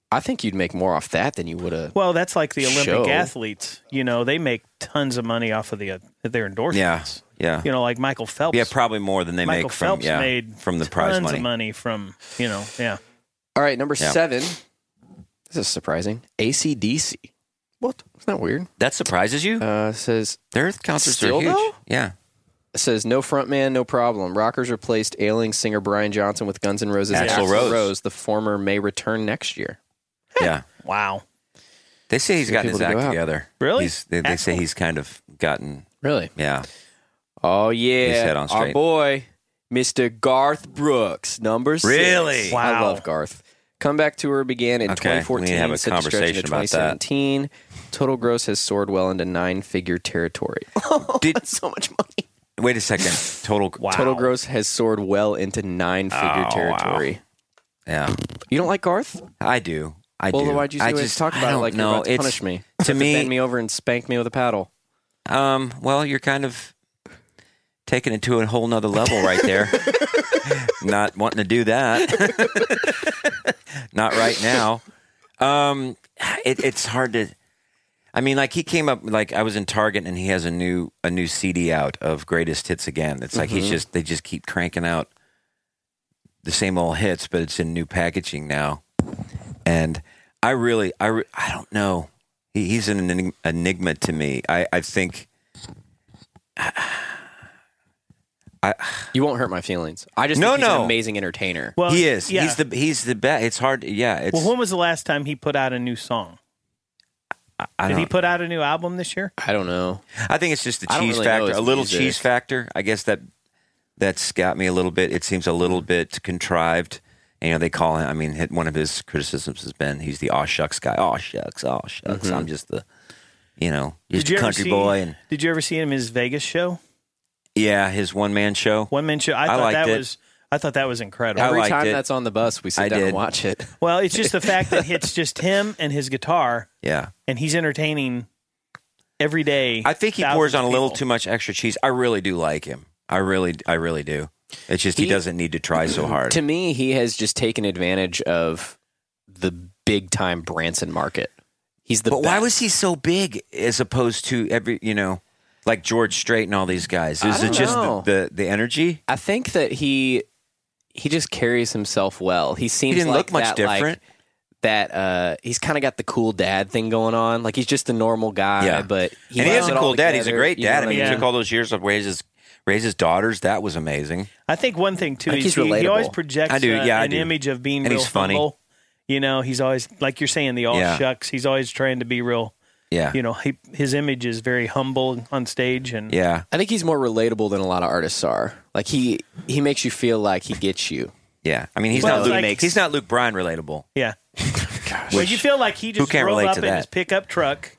I think you'd make more off that than you would have. Well, that's like the Olympic Show. athletes. You know, they make tons of money off of the uh, their Yeah. endorsements. Yeah. You know, like Michael Phelps. Yeah, probably more than they Michael make from Phelps yeah, made from the tons prize money. of money from you know, yeah. All right, number Yeah. seven. This is surprising. ACDC. What? Isn't that weird? That surprises you? Uh, says Their concerts still are huge. though? Yeah. says no frontman, no problem. Rockers replaced ailing singer Brian Johnson with Guns N' Roses. Axl Rose. The former may return next year. Yeah. Wow. They say he's gotten people his to go act out. together. Really? He's, they, they say Axel? he's kind of gotten Really? yeah. Oh yeah, His head on our straight. boy, Mister Garth Brooks, number six. Really? I Wow. love Garth. Comeback tour began in Okay, we 2014. need to have a set stretch conversation into about that. 2017. Total gross has soared well into nine-figure territory. Did so much money. Wait a second. Total. wow. Total gross has soared well into nine Oh, figure territory. Yeah, You don't like Garth? I do. I Well, do. then why'd you I say just, talk I about it don't like know. you're about to It's- punish me? to me, me- bend me over and spank me with a paddle. Um, well, you're kind of taking it to a whole nother level right there. Not wanting to do that. Not right now. Um, it, it's hard to. I mean, like he came up, like I was in Target, and he has a new a new CD out of greatest hits again. It's like he's just they just keep cranking out the same old hits, but it's in new packaging now. And I really, I re- I don't know. He, he's an enig- enigma to me. I I think You won't hurt my feelings. I just No, think he's no. an amazing entertainer. Well, he is. Yeah. He's the he's the best. It's hard. Yeah. It's. well, when was the last time he put out a new song? I, Did he don't- put out a new album this year? I don't know. I think it's just the I don't cheese really know factor. his A little music. cheese factor. I guess that that's got me a little bit. It seems a little bit contrived. You know, they call him. I mean, hit- one of his criticisms has been he's the aw shucks guy. Aw shucks. Aw shucks. Mm-hmm. I'm just the, you know, just Did you ever country see- boy and Did you ever see him in his Vegas show? yeah, his one man show. One man show. I, I thought liked that it. was I thought that was incredible. I Every liked time it. that's on the bus, we sit I down did. and watch it. Well, it's just the fact that it's just him and his guitar, Yeah. and he's entertaining every day. I think he pours thousands of on a little people. too much extra cheese. I really do like him. I really, I really do. It's just he, He- doesn't need to try so hard. To me, he has just taken advantage of the big time Branson market. He's the but why best. was he so big as opposed to every, you know, like George Strait and all these guys? I Is it don't just the, know. the, the energy? I think that he he just carries himself well. He seems didn't like look much that, like, different. that uh, he's kind of got the cool dad thing going on. Like he's just a normal guy, Yeah. but he and he puts is a it all cool dad. He's a together, great you know dad. what I mean, mean? he took all those years to raise his, raise his daughters. That was amazing. I think one thing too I think is he's he, he always relatable. projects I do, uh, yeah, I an do. image of being And real he's funny. humble. You know, he's always like you're saying the all Yeah. shucks. He's always trying to be real. Yeah. You know, he, his image is very humble on stage, and yeah. I think he's more relatable than a lot of artists are. Like he he makes you feel like he gets you. Yeah. I mean, he's Well, not it's Luke, like- he's not Luke Bryan relatable. yeah. Well, you feel like he just can't drove relate up to in that? his pickup truck,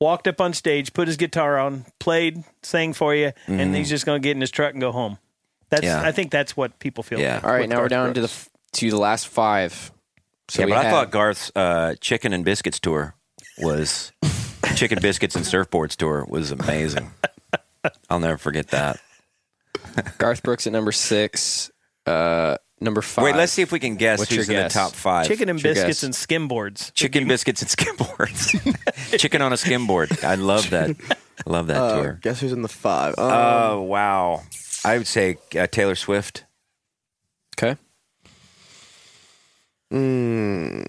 walked up on stage, put his guitar on, played, sang for you, and he's just going to get in his truck and go home. That's Mm-hmm. Yeah. I think that's what people feel. Yeah. All right, with now we're Garth down to the Brooks. f- to the last five. So yeah, we but I had- thought Garth's uh, chicken and biscuits tour was chicken biscuits and surfboards tour was amazing. I'll never forget that. Garth Brooks at number six. Uh, number five. Wait, let's see if we can guess What's who's your in guess? the top five. chicken and Sure biscuits guess. and skimboards. chicken biscuits and skimboards. chicken on a skimboard. I love that. I love that Uh, tour. guess who's in the five? Um, Oh wow! I would say uh, Taylor Swift. Okay. mm, Hmm.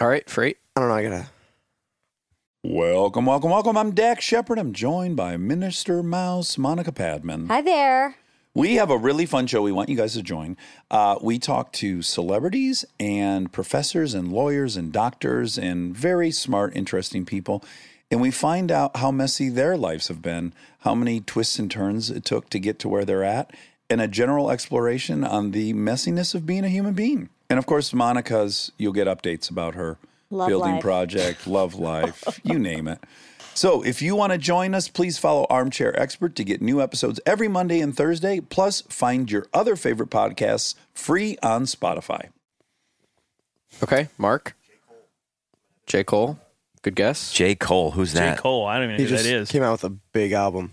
All right, freight. I don't know. I gotta. Welcome, welcome, welcome. I'm Dak Shepard. I'm joined by Minister Mouse Monica Padman. Hi there. We have a really fun show we want you guys to join. Uh, we talk to celebrities and professors and lawyers and doctors and very smart, interesting people. And we find out how messy their lives have been, how many twists and turns it took to get to where they're at, and a general exploration on the messiness of being a human being. And of course, Monica's, you'll get updates about her Love building life. project, love life, you name it. So, if you want to join us, please follow Armchair Expert to get new episodes every Monday and Thursday. Plus, find your other favorite podcasts free on Spotify. Okay, Mark. J. Cole. Good guess. J Cole. Who's J. that? Cole, I don't even know He who just that is. came out with a big album.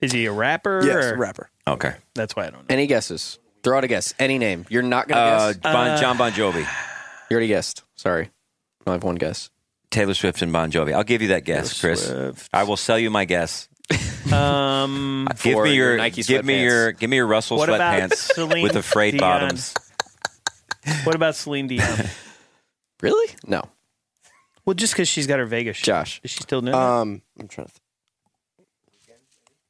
Is he a rapper? Yes, or- rapper. Okay. That's why I don't know. Any guesses? Throw out a guess. Any name. You're not gonna Uh, guess. bon, John Bon Jovi. You already guessed. Sorry. I have one guess. Taylor Swift and Bon Jovi. I'll give you that guess, Chris. I will sell you my guess. Um, give for me your your, Nike give me sweatpants. your give me your Russell What about sweatpants Celine with the frayed Dion? bottoms. what about Celine Dion? Really? No. well, just because she's got her Vegas show. Josh. Is she still doing Uh, that? Um, I'm trying to. Th-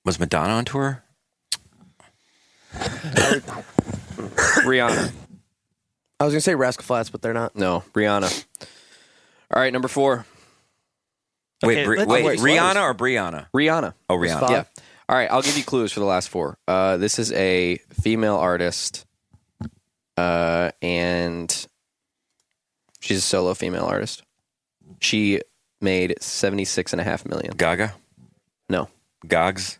Was Madonna on tour? Rihanna. I was gonna say Rascal Flats, but they're not. No. Rihanna. All right, number four. Okay, wait, Bri- let's- wait, oh, wait, Rihanna or Brianna? Rihanna. Oh, Rihanna. Five. Yeah. All right, I'll give you clues for the last four. Uh, this is a female artist, uh, and she's a solo female artist. She made seventy six and a half million. Gaga. No, Gogs.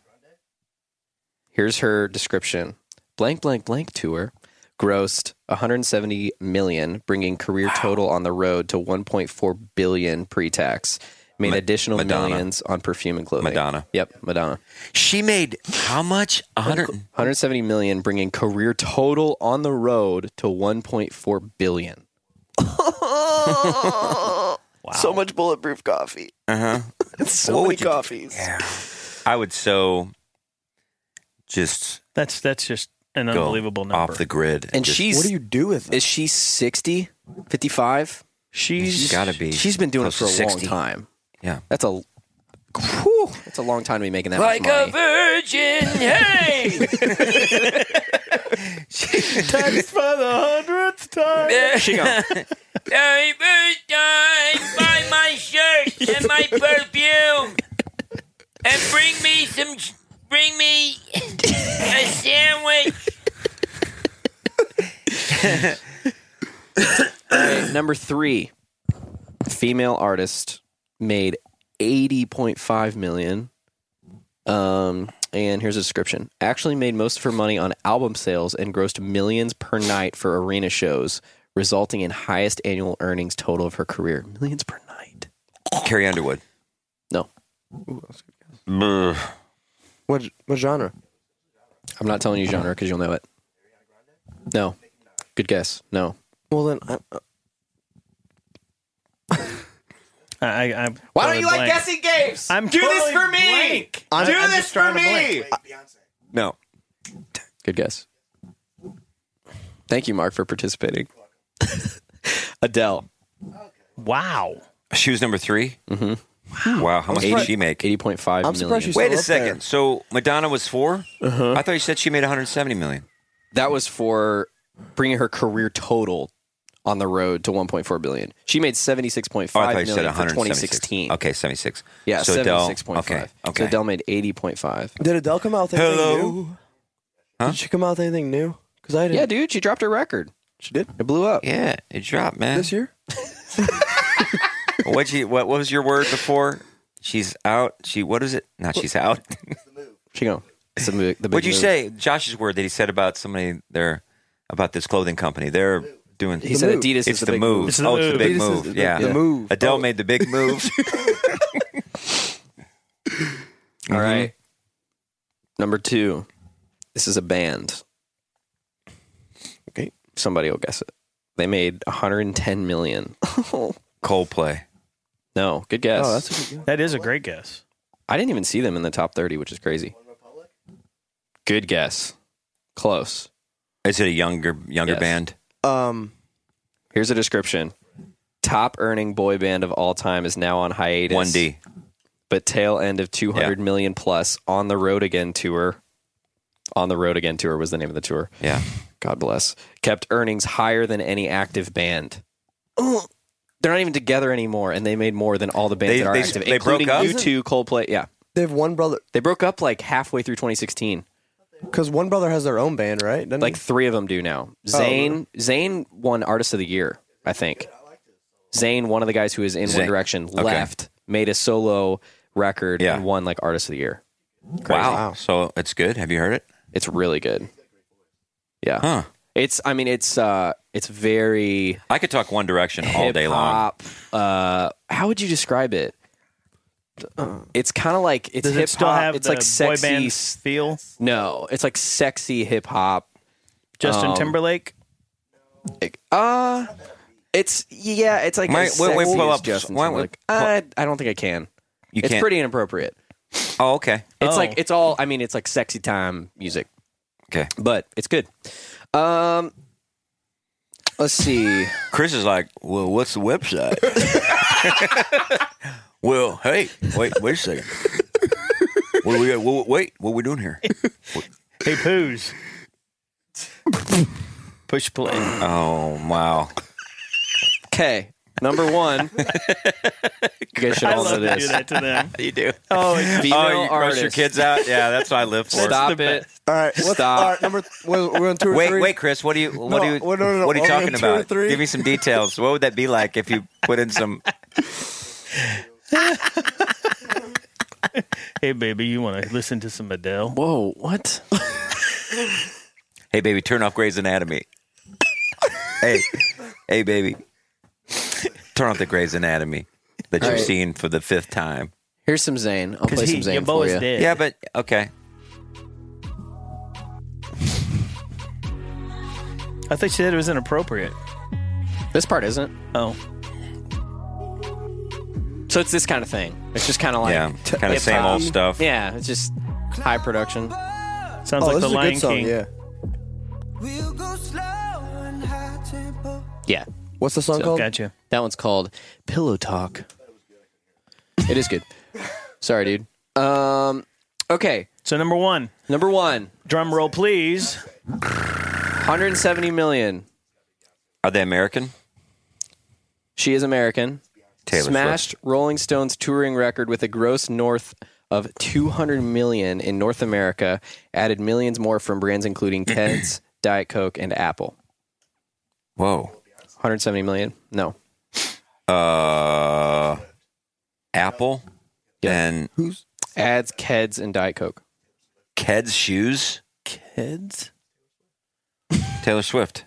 Here's her description: blank, blank, blank tour grossed 170 million, bringing career total on the road to 1.4 billion pre-tax. Made additional Madonna. millions on perfume and clothing. Madonna. Yep, Madonna. She made how much? A hundred. 170 million, bringing career total on the road to 1.4 billion. Oh. So much bulletproof coffee. Uh huh. So What many would you do? coffees. I would so just That's that's just an go unbelievable number. off the grid. And just- she's What do you do with it? is she 60, 55? she's she's got to be. She's been doing it close for to a 60. long time. Yeah. That's a whew, that's a long time to be making that much money. virgin. Hey, Text for the hundredth time. She gone. my first time. Buy my shirt and my perfume, and bring me some. Bring me a sandwich. Okay, number 3. Female artist made 80.5 million. Um and here's a description. Actually made most of her money on album sales and grossed millions per night for arena shows, resulting in highest annual earnings total of her career. Millions per night. Carrie Underwood. No. Brr. What what genre? I'm not telling you genre because you'll know it. No. Good guess. No. Well then, I, uh, I, I, Why don't you like guessing games? I'm Do this totally for me! blank. Do I'm- I'm this just for trying to me! blank. No. Good guess. Thank you, Mark, for participating. Adele, Wow. She was number 3 Mm-hmm. Wow. How much did she make? eighty point five I'm million. surprised you Wait a Still up there. second. So Madonna was 4 Uh-huh. I thought you said she made 170 million. that was for bringing her career total on the road to one point four billion. She made seventy six point Oh, I five thought you said million for 176. twenty sixteen. Okay, 76. Yeah, so seventy Adele- six point five. Okay. okay. So Adele made eighty point five. did Adele come out with anything new? Hello. Huh? Did she come out with anything new? Because I didn't. Yeah, dude, she dropped her record. she did It blew up. Yeah, it dropped, man. this year. What she? What, what was your word before? She's out. She. What is it? Not she's out. She go. It's a mo- the big What'd you move. say? Josh's word that he said about somebody there about this clothing company. They're doing. He said Adidas it's is the, the big move. It's the oh, it's the move. big Adidas is move. the- yeah, the move. Adele made the big move. Mm-hmm. All right. Number two. This is a band. Okay. Somebody will guess it. They made 110 million. Coldplay. no, good guess. Oh, that's a good That is a great guess. I didn't even see them in the top 30, which is crazy. Good guess. Close. Is it a younger younger Yes. band? guess. Um, Here's a description. Top earning boy band of all time is now on hiatus. One D. But tail end of two hundred million plus on the road again tour. On the road again tour was the name of the tour. Yeah. God bless, kept earnings higher than any active band. They're not even together anymore, and they made more than all the bands They- that are they- active, they broke including up? U2, Coldplay. Yeah, they have one brother they broke up like halfway through 2016. because one brother has their own band, right? Doesn't Like he? three of them do Oh, now. Zayn, Zayn won Artist of the Year, I think. Zayn, one of the guys who is in Zayn. One Direction, left, made a solo record, Yeah. and won like Artist of the Year. Wow. So it's good. Have you heard it? It's really good. Yeah, Huh. it's. I mean, it's. uh It's very. I could talk One Direction all day long. hop. Uh, how would you describe it? It's kind of like it's Does hip it still hop. have It's the like boy sexy. band feel? No, it's like sexy hip hop. Justin Um, Timberlake. Uh it's yeah. It's like Why- as wait, wait, sexy pull as up- Justin why- Timberlake. pull- Uh, I don't think I can. You it's can't. pretty inappropriate. oh, okay. It's Oh. like it's all. I mean, it's like sexy time music. Okay. but it's good. Um, let's see. Chris is like, well, what's the website? well, hey, wait, wait a second. What do we got? Whoa, wait, what are we doing here? Hey, poos. Push play. Oh, wow. Okay, number one. you guys should I all know love to this. do that to them. You do. Oh, it's female oh, you gross artist. your kids out? Yeah, that's what I live for. Stop the it. all right. What's, Stop. All right, number. Th- we're, we're on tour. Wait, three. wait, Chris. What do you? What No, do you? well, no, no, no. What are you Only talking two or about? three. Give me some details. What would that be like if you put in some? hey, baby, you want to listen to some Adele? Whoa, what? Hey, baby, turn off Grey's Anatomy. hey, hey, baby, turn off the Grey's Anatomy that you're right. seeing for the fifth time. Here's some Zane. I'll play Because some Zane for Yabo is you. dead. Yeah, but okay. I thought she said it was inappropriate. This part isn't. Oh, So it's this kind of thing. It's just kind of like Yeah, kind of hip same hop. old stuff. Yeah, it's just high production. sounds Oh, like this the is a Lion good song. King. Yeah. Yeah, What's the song So- called? Gotcha. that one's called Pillow Talk. It is good. Sorry, dude. Um, okay, So number one, number one, drum roll, please. 170 million. Are they American? She is American. Taylor smashed Rolling Stones touring record with a gross north of 200 million in North America. Added millions more from brands including Ted's, Diet Coke, and Apple. Whoa. 170 million? No. Uh, Apple Yeah. and Adds Keds and Diet Coke. Ked's shoes. Kids. Taylor Swift.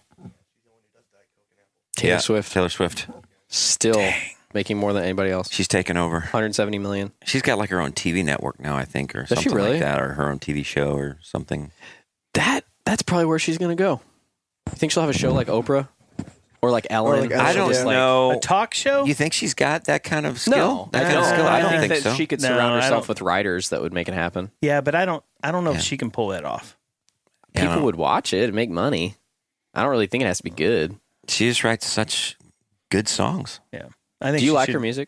Taylor Yeah, Swift Taylor Swift. still making more than anybody else. She's taken over. 170 million. She's got like her own TV network now, I think, or she something really? like that, or her own TV show or something. That that's probably where she's gonna go. You think she'll have a show like Oprah or like Ellen? like where Ellen, I she'll don't just, like- know. A talk show. Oh. you think she's got that kind of skill? No, that I kind don't. of skill. I I don't think, think that so. she could No, I surround don't- herself with writers that would make it happen. yeah, but I don't. I don't know if she can pull that off. Yeah, I People don't- would watch it and make money. I don't really think it has to be good. She just writes such good songs. Yeah. I think. Do you she like should, her music?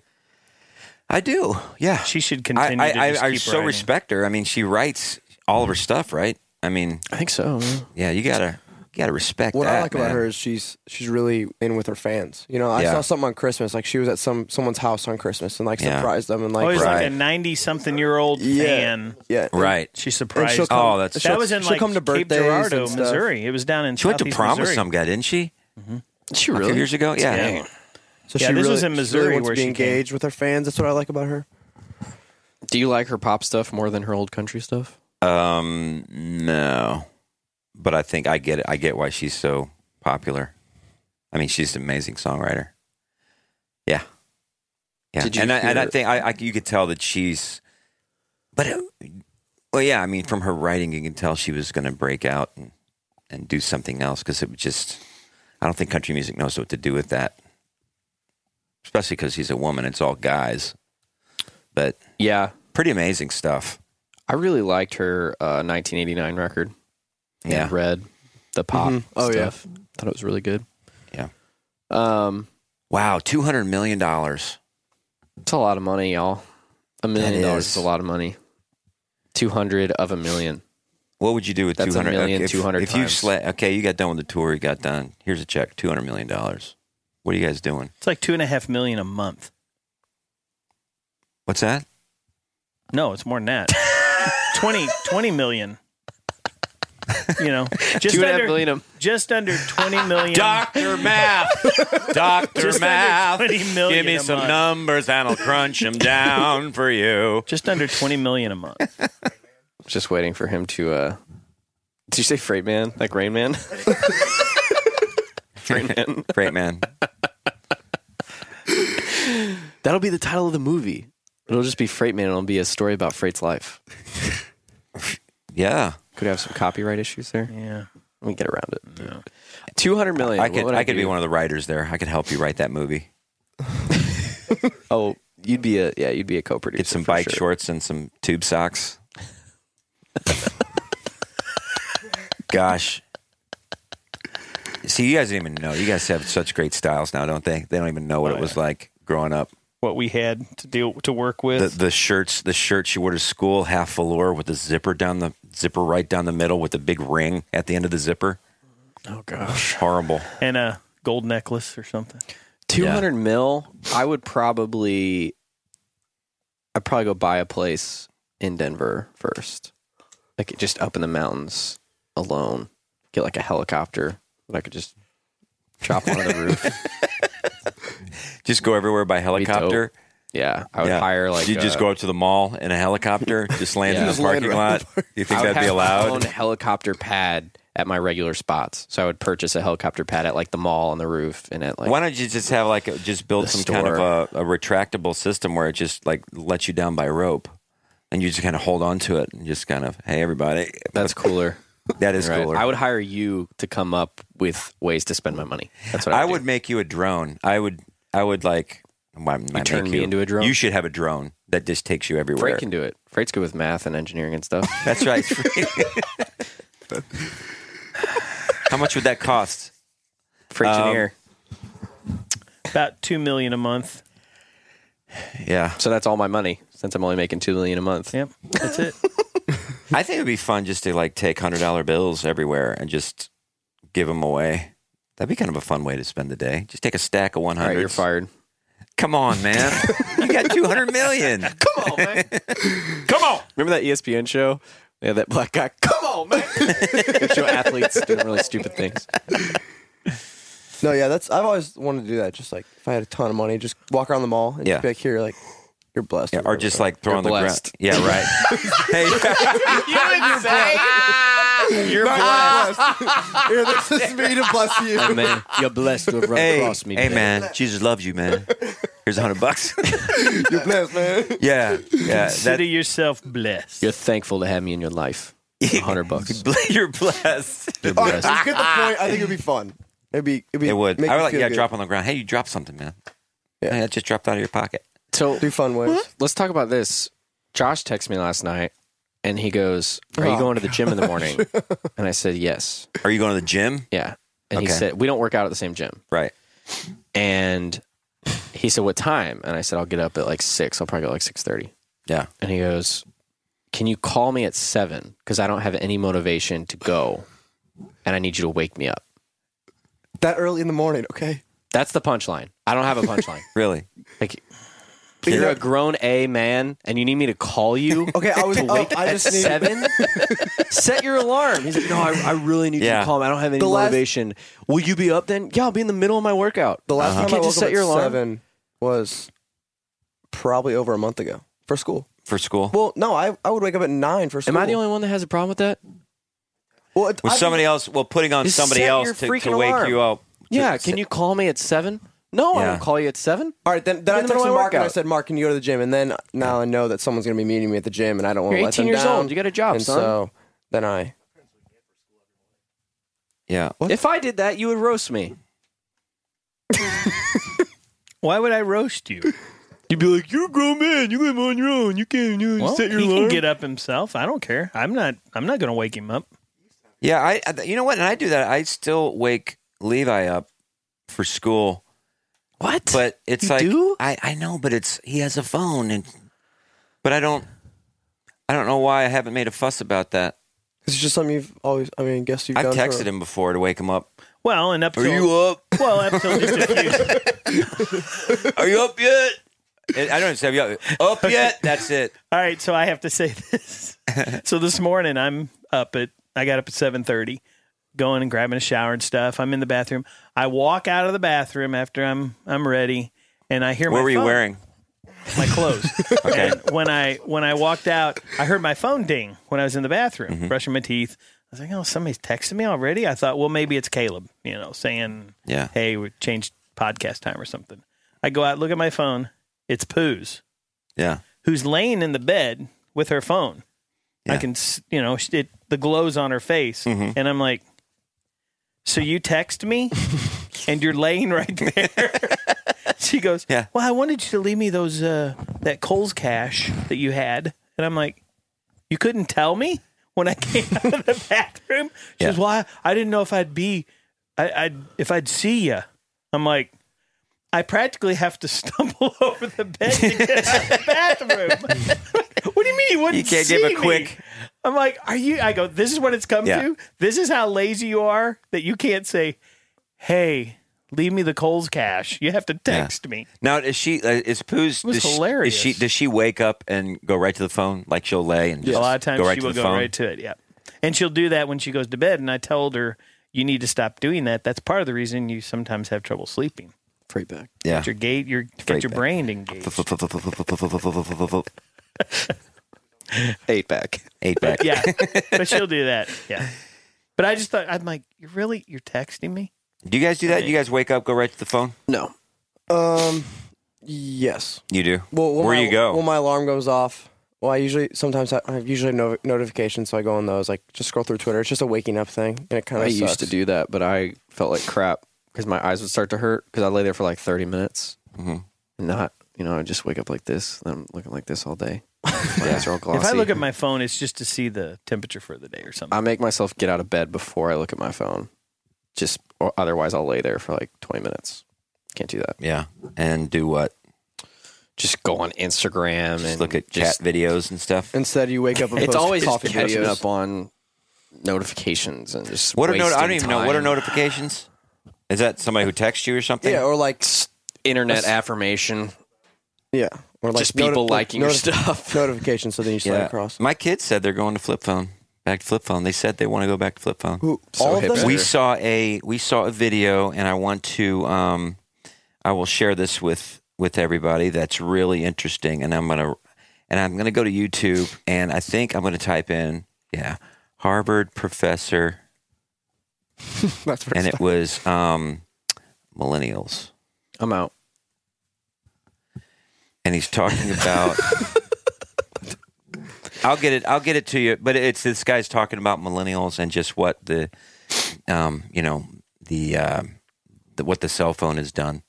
I do. Yeah, She should I continue. I, to I, just I keep so writing. respect her. I mean, she writes all of her stuff, right? I mean, I think so. yeah, you gotta you gotta respect. What that, I like about man. her is she's she's really in with her fans. You know, I Yeah. saw something on Christmas, like she was at some someone's house on Christmas and like Yeah. surprised them and like, Always Oh, like Right. a ninety-something-year-old Yeah. fan. yeah, right. She And surprised. she'll come, Oh, that's- she'll- that was in she'll like come to Cape birthdays Girardeau, and stuff. Missouri. It was down in. She went to southeast prom with Missouri. some guy, didn't she? She A few really? years ago. Yeah. Yeah. So Yeah, she this was really, in she really Missouri wants to where be she came. engaged with her fans. That's what I like about her. Do you like her pop stuff more than her old country stuff? Um, no, but I think I get it. I get why she's so popular. I mean, she's an amazing songwriter. Yeah, yeah. Did you and I, and I hear- think I, I you could tell that she's, but uh, well, yeah. I mean, from her writing, you can tell she was going to break out and and do something else because it was just. I don't think country music knows what to do with that, especially because she's a woman. It's all guys, but Yeah, pretty amazing stuff. I really liked her uh, 1989 record. Yeah. and Red, the pop Mhm. Oh, yeah. stuff. Mm-hmm. Yeah. Thought it was really good. Yeah. Um, Wow, two hundred million dollars. It's a lot of money, y'all. A That million dollars is. is a lot of money. 200 of a million. What would you do with That's a 200 million, if, 200 if you times. sla- okay, you got done with the tour, you got done. Here's a check, 200 million dollars. What are you guys doing? It's like two and a half million a month. What's that? No, it's more than that. 20, 20 million. You know, just Two and a half under million of- just under twenty million. Doctor Math, Doctor Just under 20 million Give me a some month. numbers and I'll crunch them down for you. Just under twenty million a month. Just waiting for him to. uh Did you say Freight Man? Like Rain Man? Freight Man. Great man. That'll be the title of the movie. It'll just be Freight Man. It'll be a story about Freight's life. Yeah, Could have some copyright issues there. Yeah. Let me get around it. 200 million. I What could would I, could do? be one of the writers there. I could help you write that movie. Oh, you'd be a yeah, you'd be a co-producer. Get some for bike sure. shorts and some tube socks. Gosh. See, you guys didn't even know. You guys have such great styles now, don't they? They don't even know what Oh, it was like growing up. What we had to deal to work The, with. the shirts, the shirt she wore to school, half velour with the zipper down the zipper right down the middle with a big ring at the end of the zipper. Oh gosh. Horrible. and a gold necklace or something. 200 mil i would probably i'd probably go buy a place in denver first like just up in the mountains alone get like a helicopter that i could just chop onto the roof Just go everywhere by dope. helicopter. Yeah, I would Yeah. hire like you just uh, go up to the mall in a helicopter, just land Yeah. in the Just parking lot. You think I would that'd be have allowed? My own helicopter pad at my regular spots, so I would purchase a helicopter pad at like the mall on the roof and at like Why don't you just have like a, just build The some kind of a, a retractable system where it just like lets you down by rope, and you just kind of hold on to it and just kind of hey everybody that's cooler. that is Right. cooler. I would hire you to come up with ways to spend my money. That's what I I would. would make you a drone. I would I would like why not make turn me into a drone? You should have a drone that just takes you do. everywhere. Freight can do it. Freight's good with math and engineering and stuff. That's right. How much would that cost? Freight engineer. About two million a month. Yeah, so that's all my money since I'm only making two million a month. Yep, that's it. I think it'd be fun just to like take hundred dollar bills everywhere and just give them away. That'd be kind of a fun way to spend the day. Just take a stack of one All right, you're hundred. fired. Come on, man. you got two hundred million. Come on, man. Come on. Remember that E ESPN show? Yeah, that black guy. Come on, man. show athletes doing really stupid things. No, yeah, that's I've always wanted to do that. Just like if I had a ton of money, just walk around the mall and Yeah. just be like, here, like you're blessed. Yeah, or just like throw on the ground. blessed. Yeah, right. hey, you're blessed. here, this is me to bless you. Man, you're blessed to have run hey, across me. hey, man. man. Jesus loves you, man. Here's a hundred bucks. You're blessed, man. yeah, yeah. Consider That, yourself blessed. You're thankful to have me in your life. A hundred bucks. you're blessed. You're All right, blessed. you get the point. I think it'd be fun. It'd be. It'd be It would. make I would you like. feel Yeah, good. drop on the ground. Hey, you dropped something, man. Yeah. Yeah, it just dropped out of your pocket. So Do fun ways. let's talk about this. Josh texted me last night and he goes, Are you Oh, going to the gym in the morning? and I said, Yes. Are you going to the gym? Yeah. And he Okay. said, We don't work out at the same gym. Right. And he said, What time? And I said, I'll get up at like six. I'll probably go like six thirty. Yeah. And he goes, Can you call me at seven? Because I don't have any motivation to go. And I need you to wake me up. That early in the morning, okay? That's the punchline. I don't have a punchline. Really? like you're a grown A man and you need me to call you Okay, I was. to wake up, I at just need, seven? Set your alarm. He's like, no, I, I really need you Yeah. to call me. I don't have any The last- motivation. Will you be up then? Yeah, I'll be in the middle of my workout. Uh-huh. The last You time I can't woke just set up your at alarm. seven was probably over a month ago for school. For school? Well, no, I, I would wake up at nine for Am school. I the only one that has a problem with that? Well, it, With I- somebody else? Well, putting on Just somebody set your else to, freaking to wake alarm. you up. Yeah. Can you call me at seven? No, I Yeah. won't call you at seven. all right, then, then I In the middle texted of Mark and I workout. said, Mark, can you go to the gym? And then now I know that someone's going to be meeting me at the gym, and I don't want to You're let them 18 years down. old. You got a job, and son. so then I. Yeah. If I did that, you would roast me. Why would I roast you? You'd be like, "You're a grown man. You live on your own. You can't you Well, set your he alarm." can get up himself. I don't care. I'm not. I'm not going to wake him up. Yeah, I, I you know what? And I do that. I still wake Levi up for school, what? but it's You like do? I I know, but it's he has a phone and but I don't I don't know why I haven't made a fuss about that. It's just something you've always. I mean, guess you've I've done. texted for, him before to wake him up. Well, and up Are till you up? well, up till just a few. Are you up yet? I don't even say "Are you up, up yet. That's it. All right, so I have to say this. so this morning I'm up at I got up at 7:30, going and grabbing a shower and stuff. I'm in the bathroom. I walk out of the bathroom after I'm I'm ready and I hear What my were you phone- wearing? my clothes. okay. And when I when I walked out, I heard my phone ding when I was in the bathroom Mm-hmm. brushing my teeth. I was like, "Oh, somebody's texting me already." I thought, "Well, maybe it's Caleb, you know, saying, Yeah. hey, we changed podcast time or something." I go out, look at my phone. It's Poos Yeah. who's laying in the bed with her phone. I Yeah. can, s- you know, sh- it, the glow's on her face, and I'm like, "So you text me, and you're laying right there." she goes, Yeah. Well, I wanted you to leave me those uh, that Coles cash that you had, and I'm like, "You couldn't tell me when I came out of the bathroom." She Yeah. goes, "Well, I, I didn't know if I'd be, I, I'd if I'd see you." I'm like. I practically have to stumble over the bed to get to the bathroom. what do you mean you wouldn't You can't see give a me? quick- I'm like, are you? I go, this is what it's come Yeah. to. This is how lazy you are that you can't say, hey, leave me the Coles cash. You have to text me. Now is she? Uh, is Pooh's? was does she- hilarious. Is she? Does she wake up and go right to the phone? Like she'll lay and just A lot of times go right she to will the go phone. right to it. Yeah. And she'll do that when she goes to bed. And I told her, you need to stop doing that. That's part of the reason you sometimes have trouble sleeping. Freight back. Yeah. Get your gate, your get Freight your back. brain engaged. Eight back. Eight back. yeah, but she'll do that. Yeah. But I just thought I'm like, you really you're texting me? Do you guys do that? You guys wake up, go right to the phone? No. Um, yes. You do? Well, when Where my, do you go? When my alarm goes off, well, I usually sometimes I, I usually have no, notifications, so I go on those. Like just scroll through Twitter. It's just a waking up thing, and it kind of I used to do that, but I felt like crap because my eyes would start to hurt because I lay there for like 30 minutes. Mm-hmm. And not, you know, I just wake up like this. And I'm looking like this all day. My eyes are all glossy. If I look at my phone, it's just to see the temperature for the day Uh, or something. I make myself get out of bed before I look at my phone. Just or otherwise, I'll lay there for like 20 minutes. Can't do that. Yeah. And do what? Just go on Instagram Just and look at just- chat videos and stuff. Instead, you wake up and It's post always just coffee catching videos. up on notifications and just What are no- I don't wasting even know. What are time. notifications? Is that somebody who texts you or something? Yeah, or like internet affirmation? yeah, or like just people noti- liking your noti- stuff. Notifications, so then you slide across. My kids said they're going to flip phone. Back to flip phone. They said they want to go back to flip phone. Who, So all of them? hipster. We Sure. saw a we saw a video, and I want to um, I will share this with with everybody. That's really interesting, and I'm gonna and I'm gonna go to YouTube, and I think I'm gonna type in yeah Harvard professor, That's and it was um, millennials, I'm out. and he's talking about. I'll get it. I'll get it to you. But it's this guy's talking about millennials and just what the, um, you know, the, um the what the cell phone has done,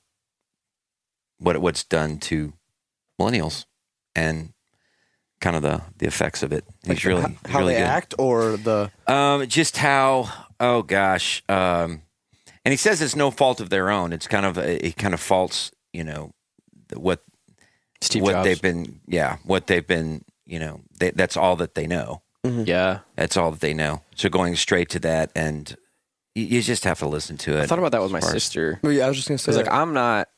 what what's done to millennials, and kind of the the effects of it. He's really how, how really they good. act or the Um, just how oh gosh, um, and he says it's no fault of their own. It's kind of it kind of faults you know what Steve what Jobs. they've been yeah what they've been you know they, that's all that they know yeah. that's all that they know so going straight to that and you, you just have to listen to it I thought about that with my As far as- sister. Well, yeah, I was just gonna I say was like, that. I'm not.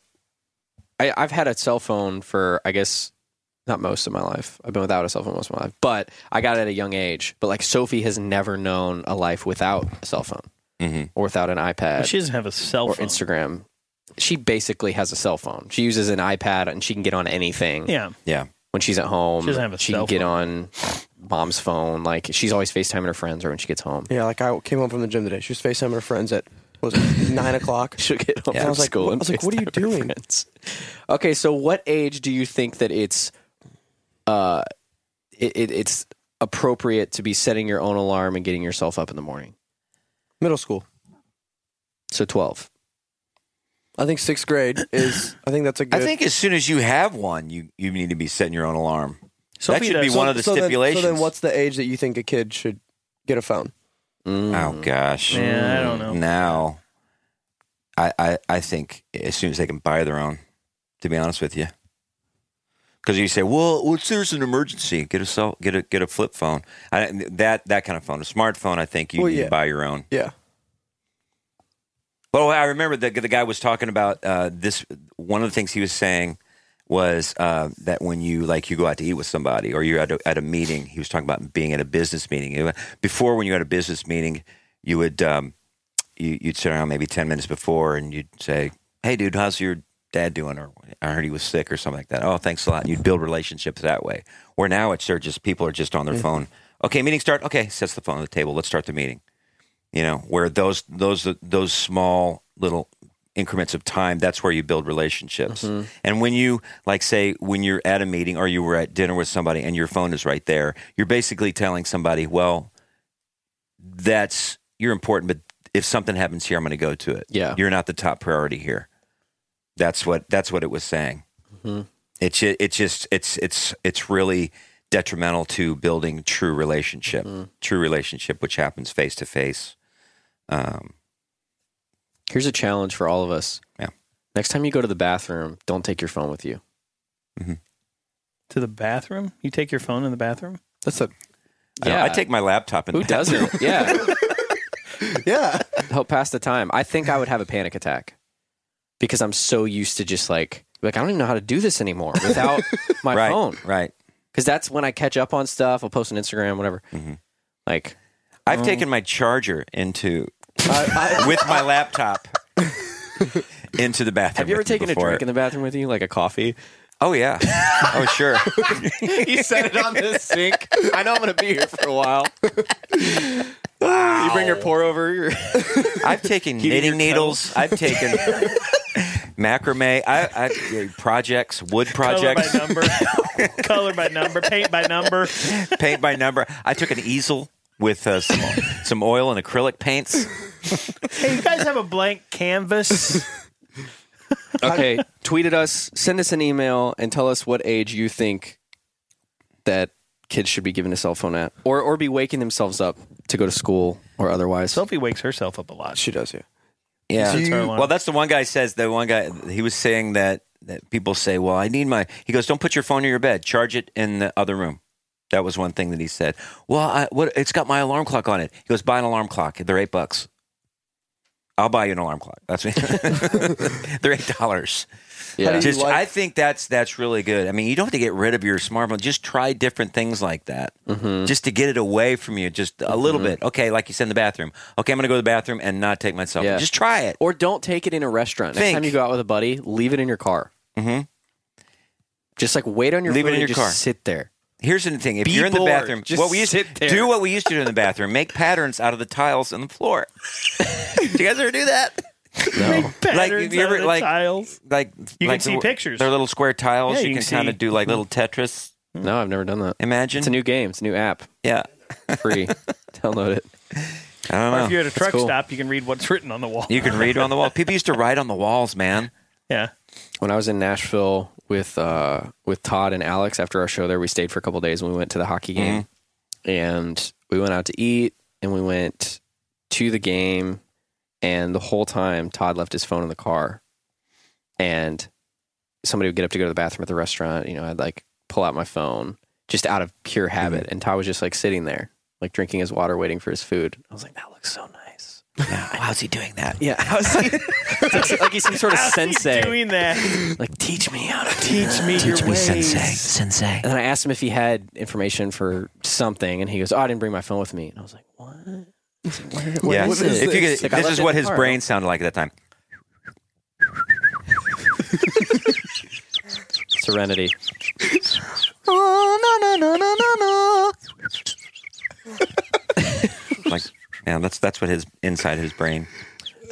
I, I've had a cell phone for, I guess, not most of my life. I've been without a cell phone most of my life, but I got it at a young age. But like Sophie has never known a life without a cell phone Mhm. or without an iPad she doesn't have a cell or phone. Instagram. She basically has a cell phone. She uses an iPad and she can get on anything Yeah. yeah when she's at home. She doesn't have a she cell can get on mom's phone. Like she's always FaceTiming her friends or when she gets home. yeah, like I came home from the gym today. She was FaceTiming her friends at what was it nine o'clock. She'll get home Yeah. from I was like, school. what- and I was like, what are you FaceTime her doing? friends. Okay, so what age do you think that it's, uh, it, it, it's appropriate to be setting your own alarm and getting yourself up in the morning? Middle school. So twelve. I think sixth grade is. I think that's a good. i think as soon as you have one you you need to be setting your own alarm Sophie that should be does. one of the so stipulations Then, so then, what's the age that you think a kid should get a phone? oh gosh Yeah, I don't know. now I, I i think as soon as they can buy their own to be honest with you because you say, "Well, what's there's an emergency? Get a cell, get a get a flip phone." I, that that kind of phone, a smartphone. I think you Well, need to yeah. buy your own. Yeah, Well, I remember the the guy was talking about uh, this. One of the things he was saying was uh, that when you like you go out to eat with somebody or you're at a, at a meeting, he was talking about being at a business meeting. It wa- Before, when you had a business meeting, you would um, you, you'd sit around maybe ten minutes before and you'd say, "Hey, dude, how's your dad doing?" Or "I heard he was sick" or something like that. Oh, thanks a lot. And you'd build relationships that way. Where now it's they're just people are just on their phone. Okay, meeting start. Okay, sets the phone on the table. Let's start the meeting you know where those those those small little increments of time that's where you build relationships and when you like say when you're at a meeting or you were at dinner with somebody and your phone is right there you're basically telling somebody well that's you're important but if something happens here i'm going to go to it Yeah. you're not the top priority here that's what that's what it was saying it's ju- it's just it's it's it's really detrimental to building true relationship true relationship which happens face to face um Here's a challenge for all of us. Yeah. Next time you go to the bathroom, don't take your phone with you. To the bathroom? You take your phone in the bathroom? that's a I don't- I, take my laptop and Who doesn't? yeah. yeah. help pass the time. I think I would have a panic attack because I'm so used to just like like I don't even know how to do this anymore without my right phone right because that's when I catch up on stuff. I'll post on Instagram, whatever. Like Mm. i've taken my charger into I, with my laptop into the bathroom. Have you ever with me taken a before. drink in the bathroom with you, like a coffee? Oh yeah. Oh sure. you set it on the sink. I know I'm going to be here for a while. You bring your pour over. Your... I've taken your knitting needles. I've taken macrame. I, I yeah, projects, wood Color by projects, number. Color by number. Paint by number. paint by number. I took an easel with uh, some some oil and acrylic paints. Hey, you guys have a blank canvas. Okay, tweet at us, send us an email, and tell us what age you think that kids should be given a cell phone at, or or be waking themselves up to go to school or otherwise. Sophie wakes herself up a lot. She does, yeah. Yeah. Sets her alarm. Well, that's the one guy says that one guy he was saying that that people say, "Well, I need my." He goes, "Don't put your phone in your bed. Charge it in the other room." That was one thing that he said. Well, I, what? It's got my alarm clock on it. He goes, "Buy an alarm clock. They're eight bucks. I'll buy you an alarm clock. That's me. They're eight dollars." Yeah. How do you Just, like- I think that's that's really good. I mean, you don't have to get rid of your smartphone. Just try different things like that, Mm-hmm. just to get it away from you, just a little bit. Okay, like you said in the bathroom. Okay, I'm going to go to the bathroom and not take my cell phone. Yeah. Just try it. Or don't take it in a restaurant. Next Think. time you go out with a buddy, leave it in your car. Mhm. Just like wait on your Leave it food in and your just car. sit there. Here's the thing: if Be you're in the bored. bathroom, Just what we used sit there. do what we used to do in the bathroom: make patterns out of the tiles on the floor. do you guys ever do that? No. Patterns you out ever, of the like- tiles. Like You like can see the- pictures. They're little square tiles. Yeah, you, you can, can kind of see- do like little Tetris. No, I've never done that. Mm-hmm. Imagine. It's a new game. It's a new app. yeah. Free. Download it. I don't Or know. if you're at a truck cool. stop, you can read what's written on the wall. uh, You can read on the wall. People used to write on the walls, man. Yeah. When I was in Nashville with uh, with Todd and Alex after our show there, we stayed for a couple days and we went to the hockey game. Mm-hmm. And we went out to eat and we went to the game and the whole time Todd left his phone in the car. And somebody would get up to go to the bathroom at the restaurant, you know, I'd like pull out my phone just out of pure habit. And Todd was just like sitting there, like drinking his water, waiting for his food. I was like, that looks so nice. How's he doing that? Yeah. How's he? It's like, like he's some sort of How's he sensei. doing that? like, teach me how to Teach me your ways. Sensei. And then I asked him if he had information for something, and he goes, "Oh, I didn't bring my phone with me." And I was like, "What?" yeah. what is if you this? could, Like, I this left is it what in the his car. brain sounded like at that time. Serenity. Like, yeah, that's that's what his inside his brain.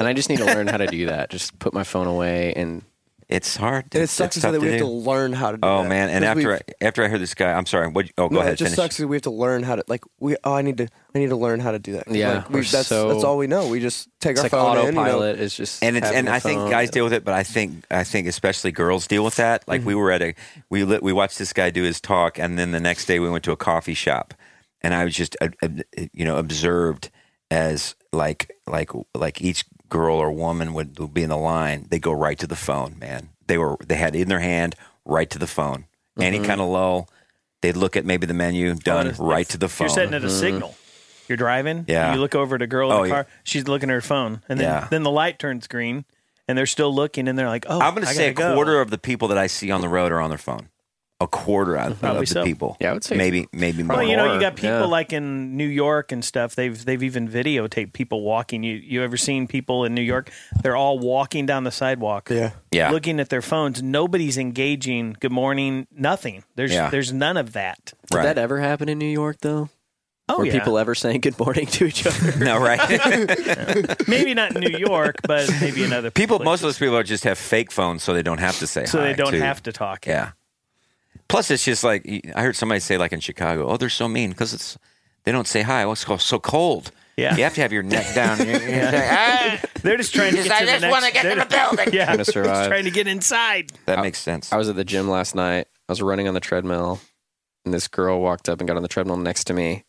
And I just need to learn how to do that. Just put my phone away, and It's hard. And it It's- sucks it's that tough we have do. to learn how to do Oh that. man! And Because after I, we've- after I heard this guy, I'm sorry. What? Oh, go no, ahead. it just finish. sucks that we have to learn how to like we oh I need to I need to learn how to do that. Yeah, Like, we, we're that's so- that's all we know. We just take it's our like phone autopilot. in, you know, It's just and it's having and the I think phone. guys deal with it, but I think I think especially girls deal with that. Like we were at a we lit, we watched this guy do his talk, and then the next day we went to a coffee shop, and I was just uh, uh, you know observed as like like like each girl or woman would, would be in the line, they go right to the phone. Man, they were they had it in their hand right to the phone. Any kind of lull, they'd look at maybe the menu, done it's- right to the phone. Mm-hmm. You're setting it a signal. You're driving. Yeah. You look over at a girl in Oh, the yeah. car. She's looking at her phone, and then Yeah. then the light turns green, and they're still looking, and they're like, "Oh, I'm going to I say a gotta go. quarter of the people that I see on the road are on their phone. A quarter of, of Probably the so. people. Yeah, I would say maybe maybe more. Well, you know, you got people yeah. like in New York and stuff. They've they've even videotaped people walking. You you ever seen people in New York? They're all walking down the sidewalk. Yeah. yeah. Looking at their phones. Nobody's engaging. Good morning. Nothing. There's Yeah. there's none of that. Did right. that ever happen in New York though? Oh Were yeah. people ever saying good morning to each other? no, right. maybe not in New York, but maybe in other people. places. Most of those people just have fake phones, so they don't have to say. so hi, they don't too. have to talk. Yeah. Plus, it's just like I heard somebody say, like in Chicago, "Oh, they're so mean because it's they don't say hi. Well, it's called so cold. Yeah. you have to have your neck down. They're just trying to Because get I to the just want to next. get in the they're- building. yeah, Trying to survive. Just trying to get inside. that makes sense. I was at the gym last night. I was running on the treadmill, and this girl walked up and got on the treadmill next to me.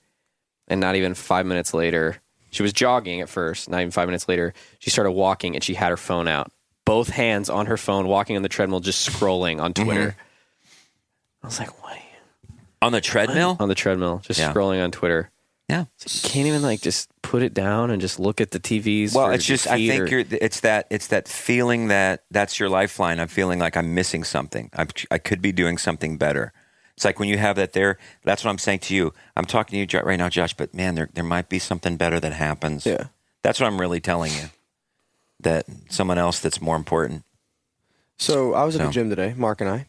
And not even five minutes later, she was jogging at first. Not even five minutes later, she started walking and she had her phone out, both hands on her phone, walking on the treadmill, just scrolling Mm-hmm. on Twitter. I was like, "What?" on the treadmill. On the treadmill, just Yeah. scrolling on Twitter. Yeah. It's like, you can't even like just put it down and just look at the TVs. Well, or it's your just I feed think or- you're it's that it's that feeling that that's your lifeline. I'm feeling like I'm missing something. I I could be doing something better. It's like when you have that there. That's what I'm saying to you. I'm talking to you Jo- right now, Josh. But man, there there might be something better that happens. Yeah. that's what I'm really telling you. that someone else that's more important. So I was at So. the gym today, Mark and I.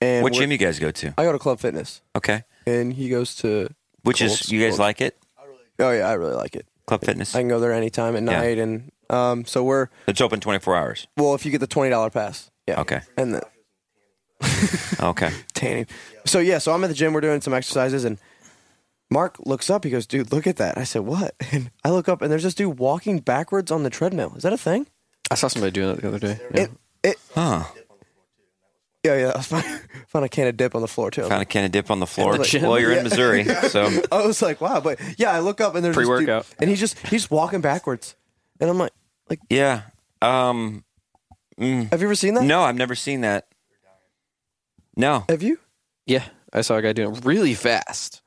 And what we're- gym you guys go to? I go to Club Fitness, Okay, and he goes to. which Colts. is you guys Colts. like it? Oh yeah, I really like it. Club Fitness. I can go there anytime at Yeah. night, and um, so we're It's open twenty four hours. well if you get the twenty dollar pass, yeah, Okay. and the Okay. tanning. So yeah, so I'm at the gym, we're doing some exercises, and Mark looks up, he goes, "Dude, look at that!" I said, "What?" And I look up, and there's this dude walking backwards on the treadmill. Is that a thing? I saw somebody doing that the other day. Yeah. It, it, Huh. yeah, yeah. I was fine. found a can of dip on the floor too. Found a can of dip on the floor. At the gym. Well, you're Yeah. in Missouri, so I was like, wow, but yeah, I look up and there's this dude- Pre-workout. and he's just he's walking backwards, and I'm like, like, yeah. Um, have you ever seen that? Hmm. no, I've never seen that. No, Have you? yeah, I saw a guy doing it really fast.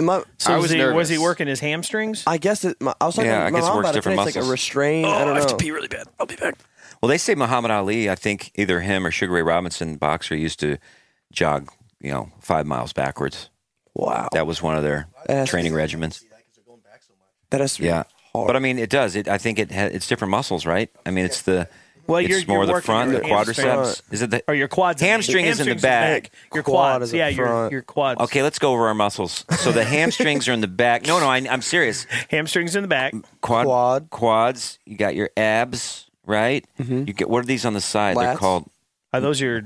My, So I was, was he was he nervous. working his hamstrings? I guess it. My, I was talking Yeah, to I my guess it mom works about it. today. different It's like a muscles. Oh, restraint. I don't know. really bad. I'll be back. Well, they say Muhammad Ali. I think either him or Sugar Ray Robinson, boxer, used to jog, you know, five miles backwards. Wow, That was one of their That's- training regimens. that is Yeah, hard. but I mean, it does. It. I think it. Ha- it's different muscles, right? I mean, it's the. Well, it's you're, more you're the working front, the your hamstring quadriceps. Is it the? or your quads. in the- Hamstring is in the hamstrings in back. Your Quad quads, is up yeah, your front. your quads. Okay, let's go over our muscles. So the hamstrings are in the back. No, no, I, I'm serious. hamstrings in the back. Quad, Quad. Mm-hmm. quads. You got your abs, right? You get what are these on the side? They're Lats. called. Are those your?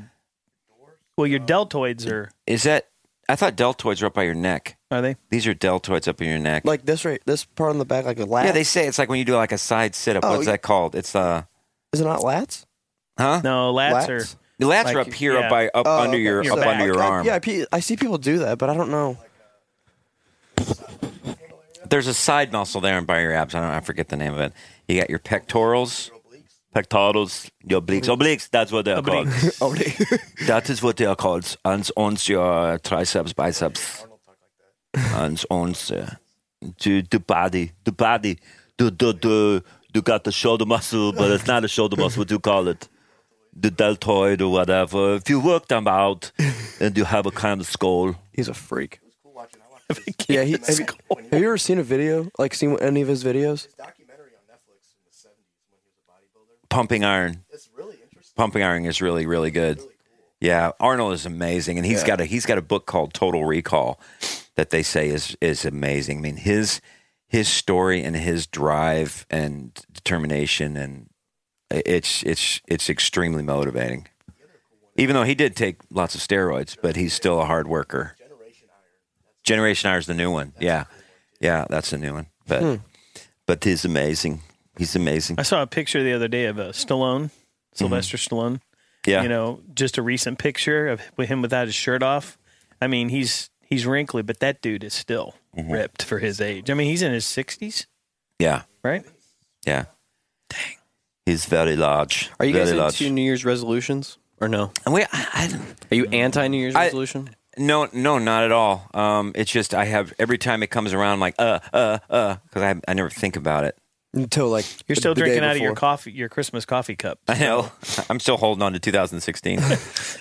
Well, your deltoids are Is that? I thought deltoids are up by your neck. are they? These are deltoids up in your neck. like this right, this part on the back, like a lat. yeah, they say it's like when you do like a side sit up. Oh, What's y- that called? It's uh, is it not lats? huh? No, lats, Lats? are. The lats are Like, up here, yeah. up by up Oh, under okay. your, Your up back. under your I- arm. yeah, I, pe- I see people do that, but I don't know. There's a side muscle there and by your abs. I don't. I forget the name of it. You got your pectorals, pectorals, your obliques, obliques. That's what they are called. Oh, they- That is what they are called. And owns your triceps, biceps. And owns uh, the, the body. The body. The, the, the, you got the shoulder muscle, but it's not a shoulder muscle. What do you call it? The deltoid or whatever. If you work them out and you have a kind of skull. he's a freak. Yeah, he, have, you, have you ever seen a video? Like, seen any of his videos? Pumping Iron. It's really interesting. Pumping Iron is really really good. Yeah, Arnold is amazing, and he's got a he's got a book called Total Recall that they say is is amazing. I mean his his story and his drive and determination and i- it's it's it's extremely motivating. Even though he did take lots of steroids, but he's still a hard worker. Generation Iron is the new one. Yeah, yeah, that's the new one. But but he's amazing. He's amazing. Hmm. I saw a picture the other day of uh, Stallone, Sylvester Mm-hmm. Stallone. Yeah. you know, just a recent picture of with him without his shirt off. I mean, he's he's wrinkly, but that dude is still Mm-hmm. ripped for his age. I mean, he's in his sixties, yeah. right? Yeah. Dang. He's very large. Are you very guys into large. New Year's resolutions or no? And Wait, I, Are you anti New Year's Mm. I- resolution? I, no, no, not at all. Um, it's just I have every time it comes around, I'm like uh, uh, uh, because I I never think about it. Until like You're still the day drinking out of your before. coffee, your Christmas coffee cup. I know. I'm still holding on to 2016.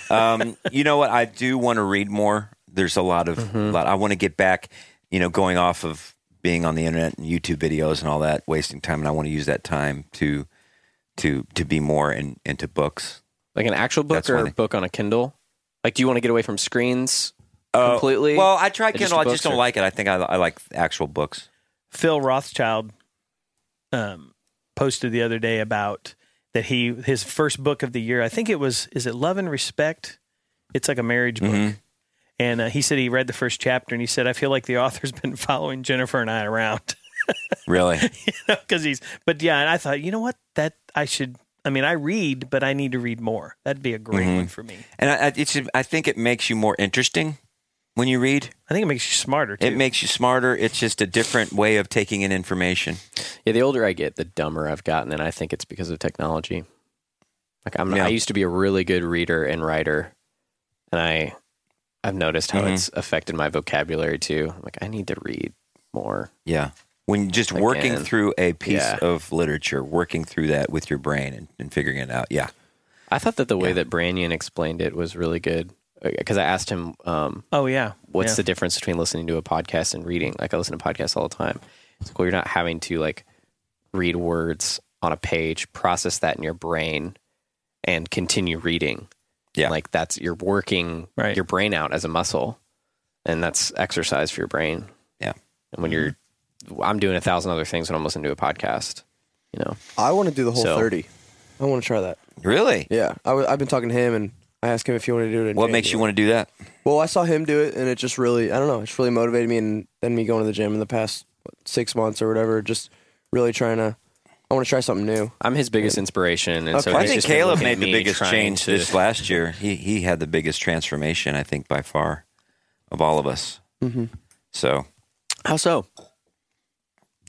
um, you know what? I do want to read more. There's a lot of Mm-hmm. lot. I want to get back. You know, going off of being on the internet and YouTube videos and all that, wasting time, and I want to use that time to to to be more in, into books. Like an actual book That's or funny. a book on a Kindle? Like, do you want to get away from screens Uh, completely? Well, I try Just Kindle. I the just books don't or- like it. I think I, I like actual books. Phil Rothschild um, posted the other day about that he his first book of the year. I think it was is it Love and Respect? It's like a marriage book. Mm-hmm. And uh, he said he read the first chapter and he said I feel like the author's been following Jennifer and I around. Really? because he's but yeah and i thought you know what that i should i mean i read but i need to read more that'd be a great Mm-hmm. one for me and I, I- it's, I think it makes you more interesting when you read. i think it makes you smarter too It makes you smarter. It's just a different way of taking in information. yeah, the older I get, the dumber I've gotten, and I think it's because of technology. Like, I'm, Yeah. I used to be a really good reader and writer, and I, I've noticed Mm-hmm. how it's affected my vocabulary too. I'm like, I need to read more. Yeah. When just working Again. through a piece Yeah. of literature, working through that with your brain and, and figuring it out. Yeah. I thought that the way that Branyan explained it was really good because I asked him um, oh yeah what's yeah. the difference between listening to a podcast and reading? Like I listen to podcasts all the time. It's cool. You're not having to like read words on a page, process that in your brain, and continue reading. Yeah. Like that's you're working Right. your brain out as a muscle, and that's exercise for your brain. Yeah. And when you're, I'm doing a thousand other things when I'm listening to a podcast. You know, I want to do the whole So- 30. I want to try that. Really? Yeah, I w- I've been talking to him and I asked him if he wanted to do it. and What Jane makes did you it. want to do that? Well, I saw him do it, and it just really, I don't know, it's really motivated me. And then me going to the gym in the past what, six months or whatever, just really trying to, I want to try something new. I'm his biggest inspiration, and so I he's think just been Caleb looking at made the me biggest trying change to- this last year. He he had the biggest transformation, I think, by far, of all of us. So Mm-hmm. How so?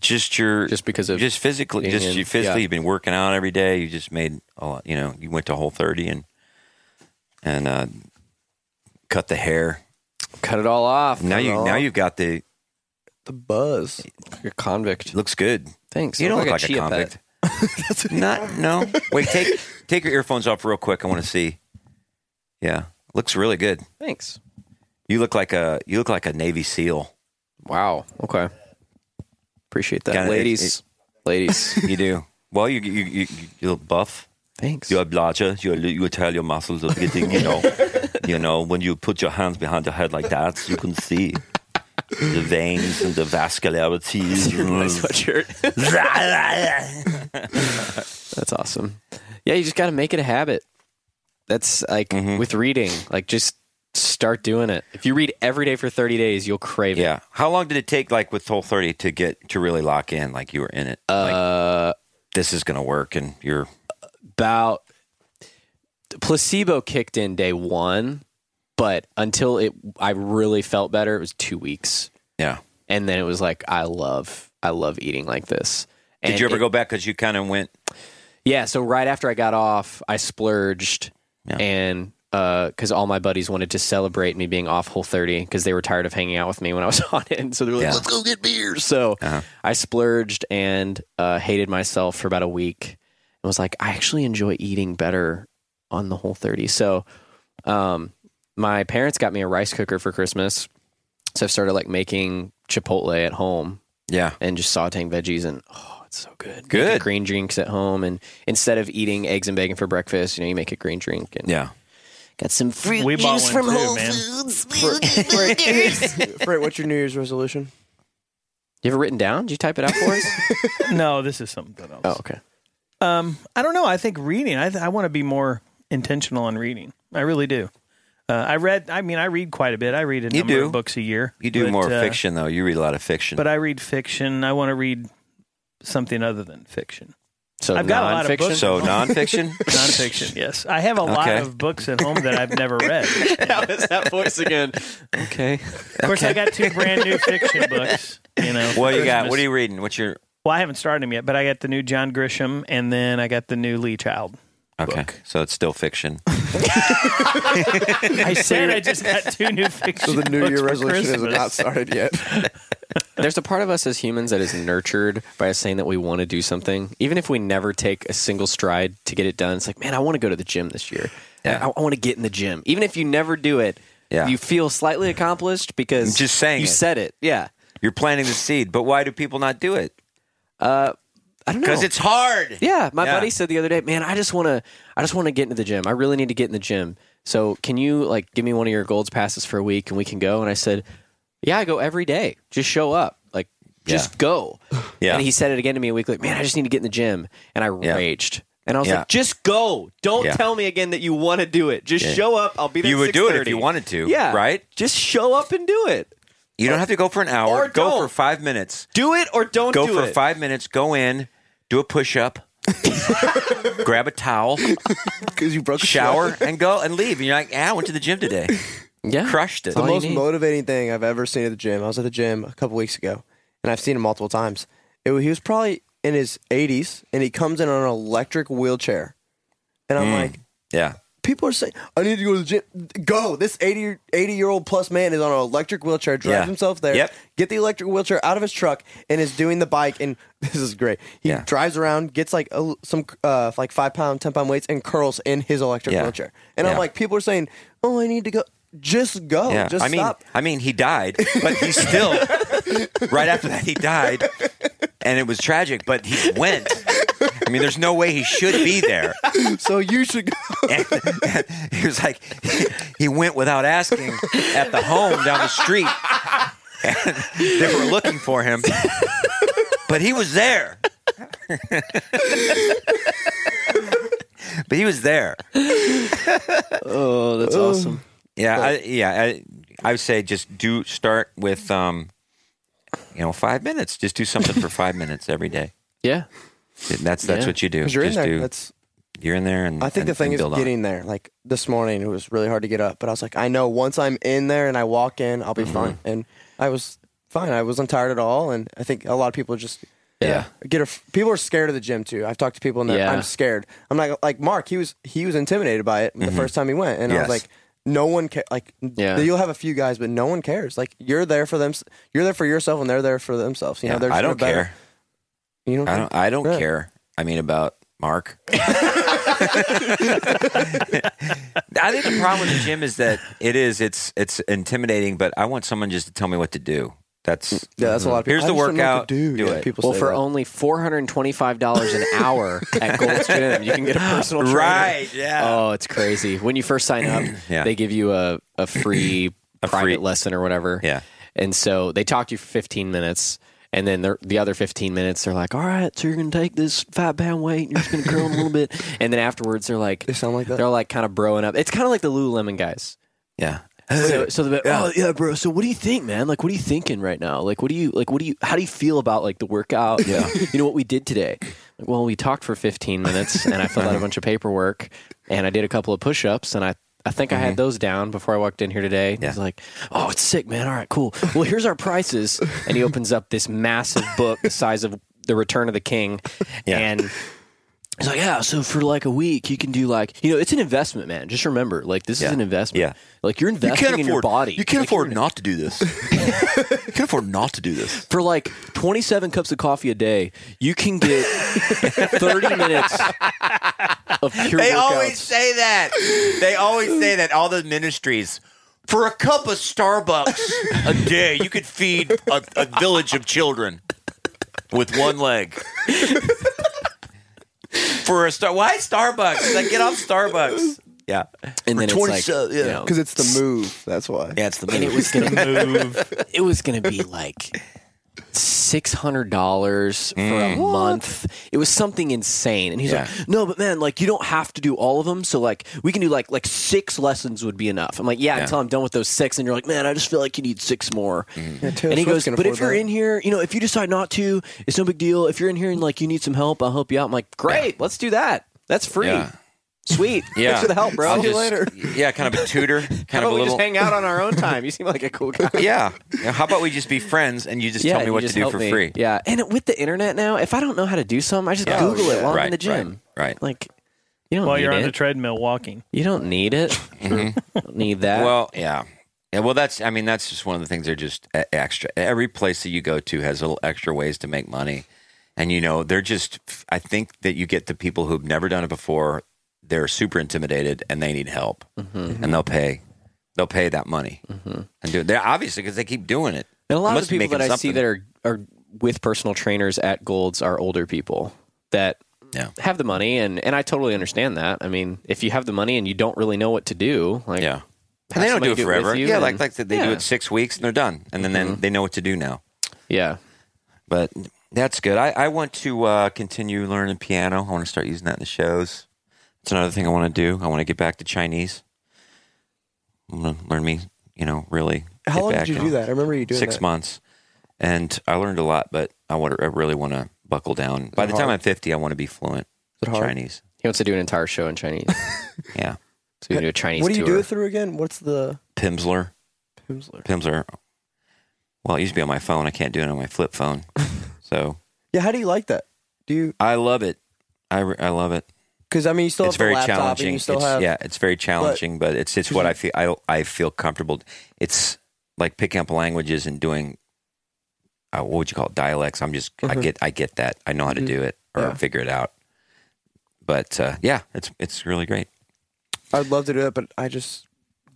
just your Just because of just physically, being just in- you physically, yeah. you've been working out every day. You just made a lot. You know, you went to Whole 30 and and uh, cut the hair. cut it all off. Now you now you've got the The buzz. You're a convict. looks good. Thanks. You I don't look like, a, chia pet. convict. Not no. Wait, take take your earphones off real quick. I want to see. Yeah, looks really good. Thanks. You look like a you look like a Navy SEAL. Wow. Okay. Appreciate that, Kinda- ladies. it- ladies. You do well. You you you you- you're buff. Thanks. You're larger. You you tell your muscles are getting. You know, you know when you put your hands behind your head like that, you can see the veins and the Mm. vascularity. sweatshirt. That's awesome. Yeah, you just got to make it a habit. That's like Mm-hmm. with reading, like just start doing it. If you read every day for 30 days, you'll crave it. yeah. How long did it take, like with Whole 30, to get to really lock in, like you were in it? like Uh, this is gonna work, and you're About placebo kicked in day one, but until it, I really felt better. It was two weeks. yeah. And then it was like, I love, I love eating like this. Did And you ever it- go back because you kind of went? Yeah, so right after I got off, I splurged Yeah. and because all my buddies wanted to celebrate me being off Whole 30 because they were tired of hanging out with me when I was on it. And so they were like, Yeah. Uh-huh. let's go get beers. So I splurged and uh, hated myself for about a week and was like, I actually enjoy eating better on the Whole 30. So um, my parents got me a rice cooker for Christmas. So I've started like making Chipotle at home Yeah. and just sauteing veggies and oh it's so good Making Good. green drinks at home and instead of eating eggs and bacon for breakfast you know you make a green drink and Yeah. got some fruit We bought juice one from too, Whole man. Foods Fred, what's your New Year's resolution? you ever written down did you type it out for us No, this is something else. oh okay Um, I don't know. I think reading. I th- I want to be more intentional on reading. I really do. Uh, I read. I mean, I read quite a bit. I read a You number do. of books a year. You do but, more uh, fiction though. You read a lot of fiction. but I read fiction. I want to read something other than fiction. so I've got a lot of nonfiction? books. so nonfiction. Nonfiction. yes, I have a lot Okay. of books at home that I've never read. that was that voice again okay Of course, I got two brand new fiction books. You know, for What you got? Christmas. What are you reading? What's your Well, I haven't started them yet, but I got the new John Grisham, and then I got the new Lee Child. okay? So it's still fiction. I said I just got two new fiction. So the New books Year for resolution has Christmas. not started yet. there's a part of us as humans that is nurtured by us saying that we want to do something even if we never take a single stride to get it done it's like man i want to go to the gym this year Yeah. i, I want to get in the gym even if you never do it Yeah. you feel slightly accomplished because Just saying you it. said it yeah You're planting the seed, but why do people not do it? i don't know Because it's hard. yeah my Yeah. buddy said the other day man i just want to i just want to get into the gym i really need to get in the gym so can you like give me one of your golds passes for a week and we can go and i said yeah i go every day just show up like just go Yeah. And he said it again to me a week later. Man, I just need to get in the gym. And I Yeah. raged. And I was Yeah. like, just go. Don't Yeah. tell me again that you want to do it. Just show up. I'll be there. You at would do it if 6:30." you wanted to. Yeah. Right. Just show up and do it. You don't have to go for an hour. Or go don't. for five minutes. Do it or don't Go do for it. five minutes. Go in. Do a push up. grab a towel. Because you broke a Shower and go and leave. And you're like, ah, I went to the gym today. Yeah. Crushed it. That's all you most need. motivating thing I've ever seen at the gym. I was at the gym a couple weeks ago, and I've seen him multiple times. It, wa- he was probably in his 80s, and he comes in on an electric wheelchair, and I'm Mm. like, Yeah. people are saying, "I need to go to the gym." Go. This 80, 80 year old plus man is on an electric wheelchair, drives Yeah. himself there, Yep. get the electric wheelchair out of his truck, and is doing the bike. And this is great. He Yeah. drives around, gets like a, some uh, like five pound, ten pound weights, and curls in his electric Yeah. wheelchair. And I'm Yeah. like, people are saying, "Oh, I need to go." Just go. Yeah, Oh, Just I mean, stop. I mean, he died, but he still. right after that, he died, and it was tragic. But he went I mean, there's no way he should be there. so you should go. he was like, he went without asking at the home down the street. And they were looking for him, but he was there. but he was there. Oh, that's awesome. Yeah, I, yeah. I, I would say just do start with, um, you know, five minutes. Just do something for five minutes every day. Yeah. That's that's Yeah. what you do. 'Cause you're in Just there. do- That's. you're in there, and I think and- the thing and is build on. getting there. Like this morning, it was really hard to get up, but I was like, I know once I'm in there and I walk in, I'll be Mm-hmm. fine. And I was fine. I wasn't tired at all. And I think a lot of people just Yeah. get a, people are scared of the gym too. I've talked to people and they're Yeah. I'm scared. I'm not like Mark. He was he was intimidated by it the first time he went, and I Mm-hmm. Yes. was like, no one ca- like Yeah. you'll have a few guys, but no one cares. Like you're there for them. You're there for yourself, and they're there for themselves. You know, they're I just don't better. care. You know, I don't. I don't Yeah. care. I mean about Mark. I think the problem with the gym is that it is it's it's intimidating, but I want someone just to tell me what to do. That's yeah, that's a lot of people. Mm-hmm. Here's I the just don't know what workout. to Do, Do Yeah, it. People Well, say for that. only four hundred and twenty-five dollars an hour at Gold's Gym, you can get a personal trainer. right. Yeah. Oh, it's crazy. When you first sign up, Yeah. they give you a, a free private free- lesson or whatever. Yeah. And so they talk to you for 15 minutes. And then they're- the other 15 minutes, they're like, all right, so you're going to take this five pound weight and you're just going to curl them a little bit. And then afterwards, they're like, They sound like that? They're like kind of broing up. It's kind of like the Lululemon guys. yeah. So, so the oh yeah, bro. So what do you think, man? Like, what are you thinking right now? Like, what do you like? What do you? How do you feel about like the workout? Yeah, you know what we did today. Like, well, we talked for 15 minutes, and I filled out a bunch of paperwork, and I did a couple of push-ups, and I. I think I had those down before I walked in here today. And He's like, "Oh, it's sick, man. All right, cool. Well, here's our prices." And he opens up this massive book the size of The Return of the King, and He's like, yeah, so for like a week, you can do like, you know, it's an investment, man. Just remember, like, this is an investment. Yeah. Like, you're investing in your body. You can't Like, afford not to do this. you can't afford not to do this. For like 27 cups of coffee a day, you can get 30 minutes of pure They workouts. always say that. They always say that. All the ministries. For a cup of Starbucks a day, you could feed a, a village of children with one leg. For a star, why Starbucks? It's Like, get off Starbucks. Yeah, and then it's like, 27 yeah. you know, because it's the move. That's why. yeah, it's the and move. it was going to move. It was going to be like $600 Mm. for a month. It was something insane. And he's like, "No, but man, like you don't have to do all of them. So like we can do like like 6 lessons would be enough." I'm like, "Yeah, until I'm done with those 6." And you're like, "Man, I just feel like you need 6 more." Mm-hmm. Taylor and he Swift's goes, gonna "But if afford you're that." in here, you know, if you decide not to, it's no big deal. If you're in here and like you need some help, I'll help you out." I'm like, "Great. Let's do that. That's free." Yeah. Sweet. Thanks for the help, bro. I'll How just- later. Yeah, kind of a tutor, kind about of a we little. just hang out on our own time? You seem like a cool guy. yeah. Yeah, How about we just be friends and you just tell and me you what to just do help for me. free? Yeah, and with the internet now, if I don't know how to do something, I just Yeah. Google it Yeah. while I'm Right, in the gym. right, right. Like, you don't While need you're on it. the treadmill walking. you don't need it. Don't need that. Mm-hmm. Well, yeah. Yeah, well, that's. I mean, that's just one of the things. They're just e- extra. Every place that you go to has little extra ways to make money, and you know, they're just. I think that you get the people who've never done it before. They're super intimidated and they need help, Mm-hmm. and they'll pay. They'll pay that money and do it. They're obviously because they keep doing it. and a lot They of must the be people making that I see something. that are are with personal trainers at Golds are older people that Yeah. have the money, and and I totally understand that. I mean, if you have the money and you don't really know what to do, like yeah, have and they don't somebody do it with forever. you yeah, and- like like they do yeah. Mm-hmm. it six weeks and they're done, and then, then they know what to do now. Yeah, but that's good. I, I want to uh, continue learning piano. I want to start using that in the shows. It's another thing I want to do. I want to get back to Chinese. I'm gonna learn me, you know, really. How get long back did you do in that? I remember you doing Six that. months, and I learned a lot. But I want to, I really want to buckle down. By the time I'm 50, I want to be fluent it hard? Chinese. he wants to do an entire show in Chinese. Yeah, So you do a Chinese. What do you tour. do it through again? What's the Pimsler. Pimsler. Well, it used to be on my phone. I can't do it on my flip phone. so yeah? How do you like that? Do you? I love it. I, re- I love it. Because I mean, you still it's have very the laptop challenging. and you still it's, have yeah, it's very challenging, but, it's it's what I feel. I I feel comfortable. It's like picking up languages and doing. Uh, what would you call it? Dialects. I'm just. Mm-hmm. I get. I get that. I know how to do it or figure it out. But uh, yeah, it's it's really great. I'd love to do that, but I just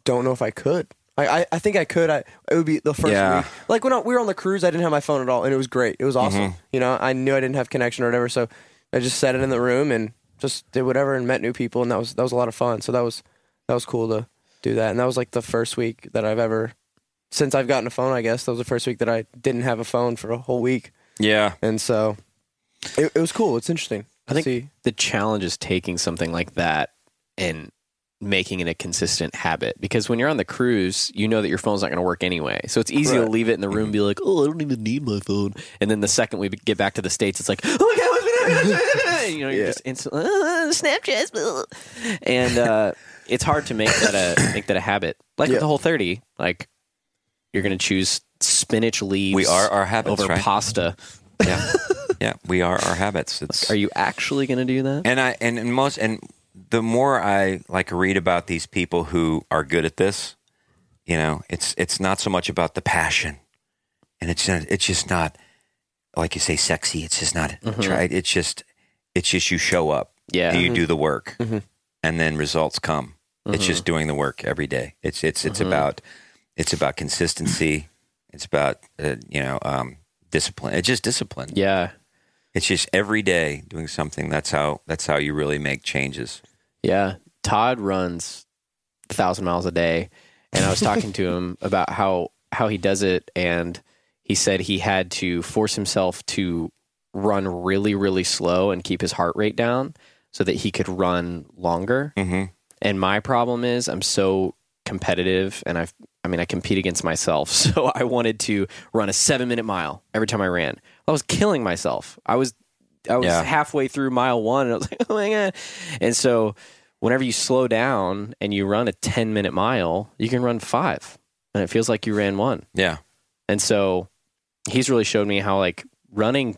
don't know if I could. I, I, I think I could. I it would be the first Yeah. week. Mm-hmm. Like when I, we were on the cruise, I didn't have my phone at all, and it was great. It was awesome. You know, I knew I didn't have connection or whatever. So I just sat it in the room and just did whatever and met new people, and that was that was a lot of fun. So that was that was cool to do that, and that was like the first week that I've ever since I've gotten a phone. I guess that was the first week that I didn't have a phone for a whole week, Yeah. and so it, it was cool. It's interesting. I think See, the challenge is taking something like that and making it a consistent habit because when you're on the cruise, you know that your phone's not going to work anyway. So it's easy to leave it in the room and be like, "Oh, I don't even need my phone." And then the second we get back to the states, it's like, "Oh my god, what's been happening?" you know, you're just instant uh, Snapchat, blah." and uh, it's hard to make that a make that a habit. Like with the whole thirty, like you're going to choose spinach leaves. We are our habits, over right? pasta. Yeah. yeah. We are our habits. It's, Are you actually going to do that? and I and, and most and the more I like read about these people who are good at this, you know, it's it's not so much about the passion, and it's not- it's just not like you say sexy. It's just not try. It's just it's just you show up. Yeah. you do the work, and then results come. It's just doing the work every day. It's it's it's about it's about consistency. It's about uh, you know um, discipline. It's just discipline. Yeah. It's just every day doing something. That's how that's how you really make changes. Yeah. Todd runs a thousand miles a day. And I was talking to him about how, how he does it. And he said he had to force himself to run really, really slow and keep his heart rate down so that he could run longer. Mm-hmm. And my problem is I'm so competitive and I've, I mean, I compete against myself. So I wanted to run a seven minute mile every time I ran. I was killing myself. I was, I was Yeah. halfway through mile one and I was like, oh my God. And so whenever you slow down and you run a 10 minute mile, you can run five and it feels like you ran one. Yeah. And so he's really showed me how like running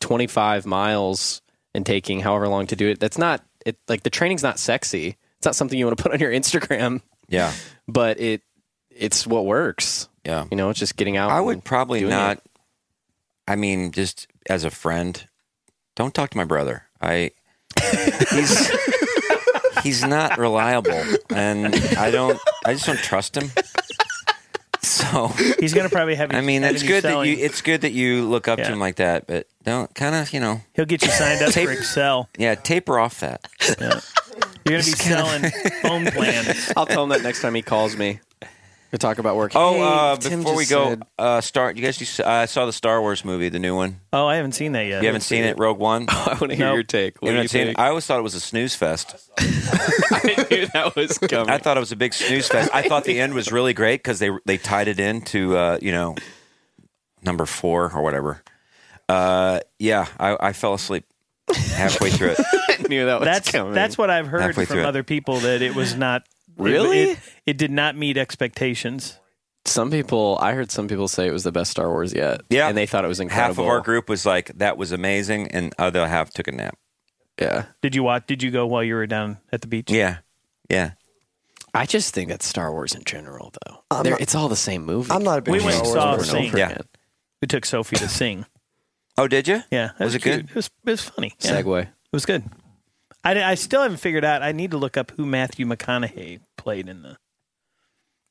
25 miles and taking however long to do it, that's not it like the training's not sexy. It's not something you want to put on your Instagram, Yeah. but it it's what works. Yeah. You know, it's just getting out. I and would probably doing not. it. I mean, just as a friend, don't talk to my brother. I he's he's not reliable, and I don't. I just don't trust him. So He's going to probably have. I mean, have that's good that selling. you. It's good that you look up Yeah. to him like that, but don't kind of you know. He'll get you signed up for Excel. Yeah, taper off that. You're going to be selling phone plans. I'll tell him that next time he calls me. We'll talk about working. Oh, uh, Tim before we just go, said- uh, Star. You guys, just, I saw the Star Wars movie, the new one. Oh, I haven't seen that yet. You haven't seen it, Rogue One. I want to hear Nope. your take. You What do know you what I'm saying? think? I always thought it was a snooze fest. I knew that was coming. I thought it was a big snooze fest. I thought the end was really great because they they tied it in to uh, you know number four or whatever. Uh, yeah, I, I fell asleep halfway through it. I knew that was That's coming. that's what I've heard Halfway from through it. other people that it was not Really? It, it, it did not meet expectations. some people. I heard some people say it was the best Star Wars yet. Yeah. and they thought it was incredible. Half of our group was like, "That was amazing," and other half took a nap. Yeah, Did you watch? Did you go while you were down at the beach? Yeah, yeah. I just think that Star Wars in general, though, They're- it's all the same movie. I'm not a big We Star went and Wars saw Over and Sing. over Yeah. again. We took Sophie to sing. Oh, did you? Yeah, that Was it cute. good? It was. It was funny. Yeah, it Segue. was good. I, di- I still haven't figured out. I need to look up who Matthew McConaughey played in the.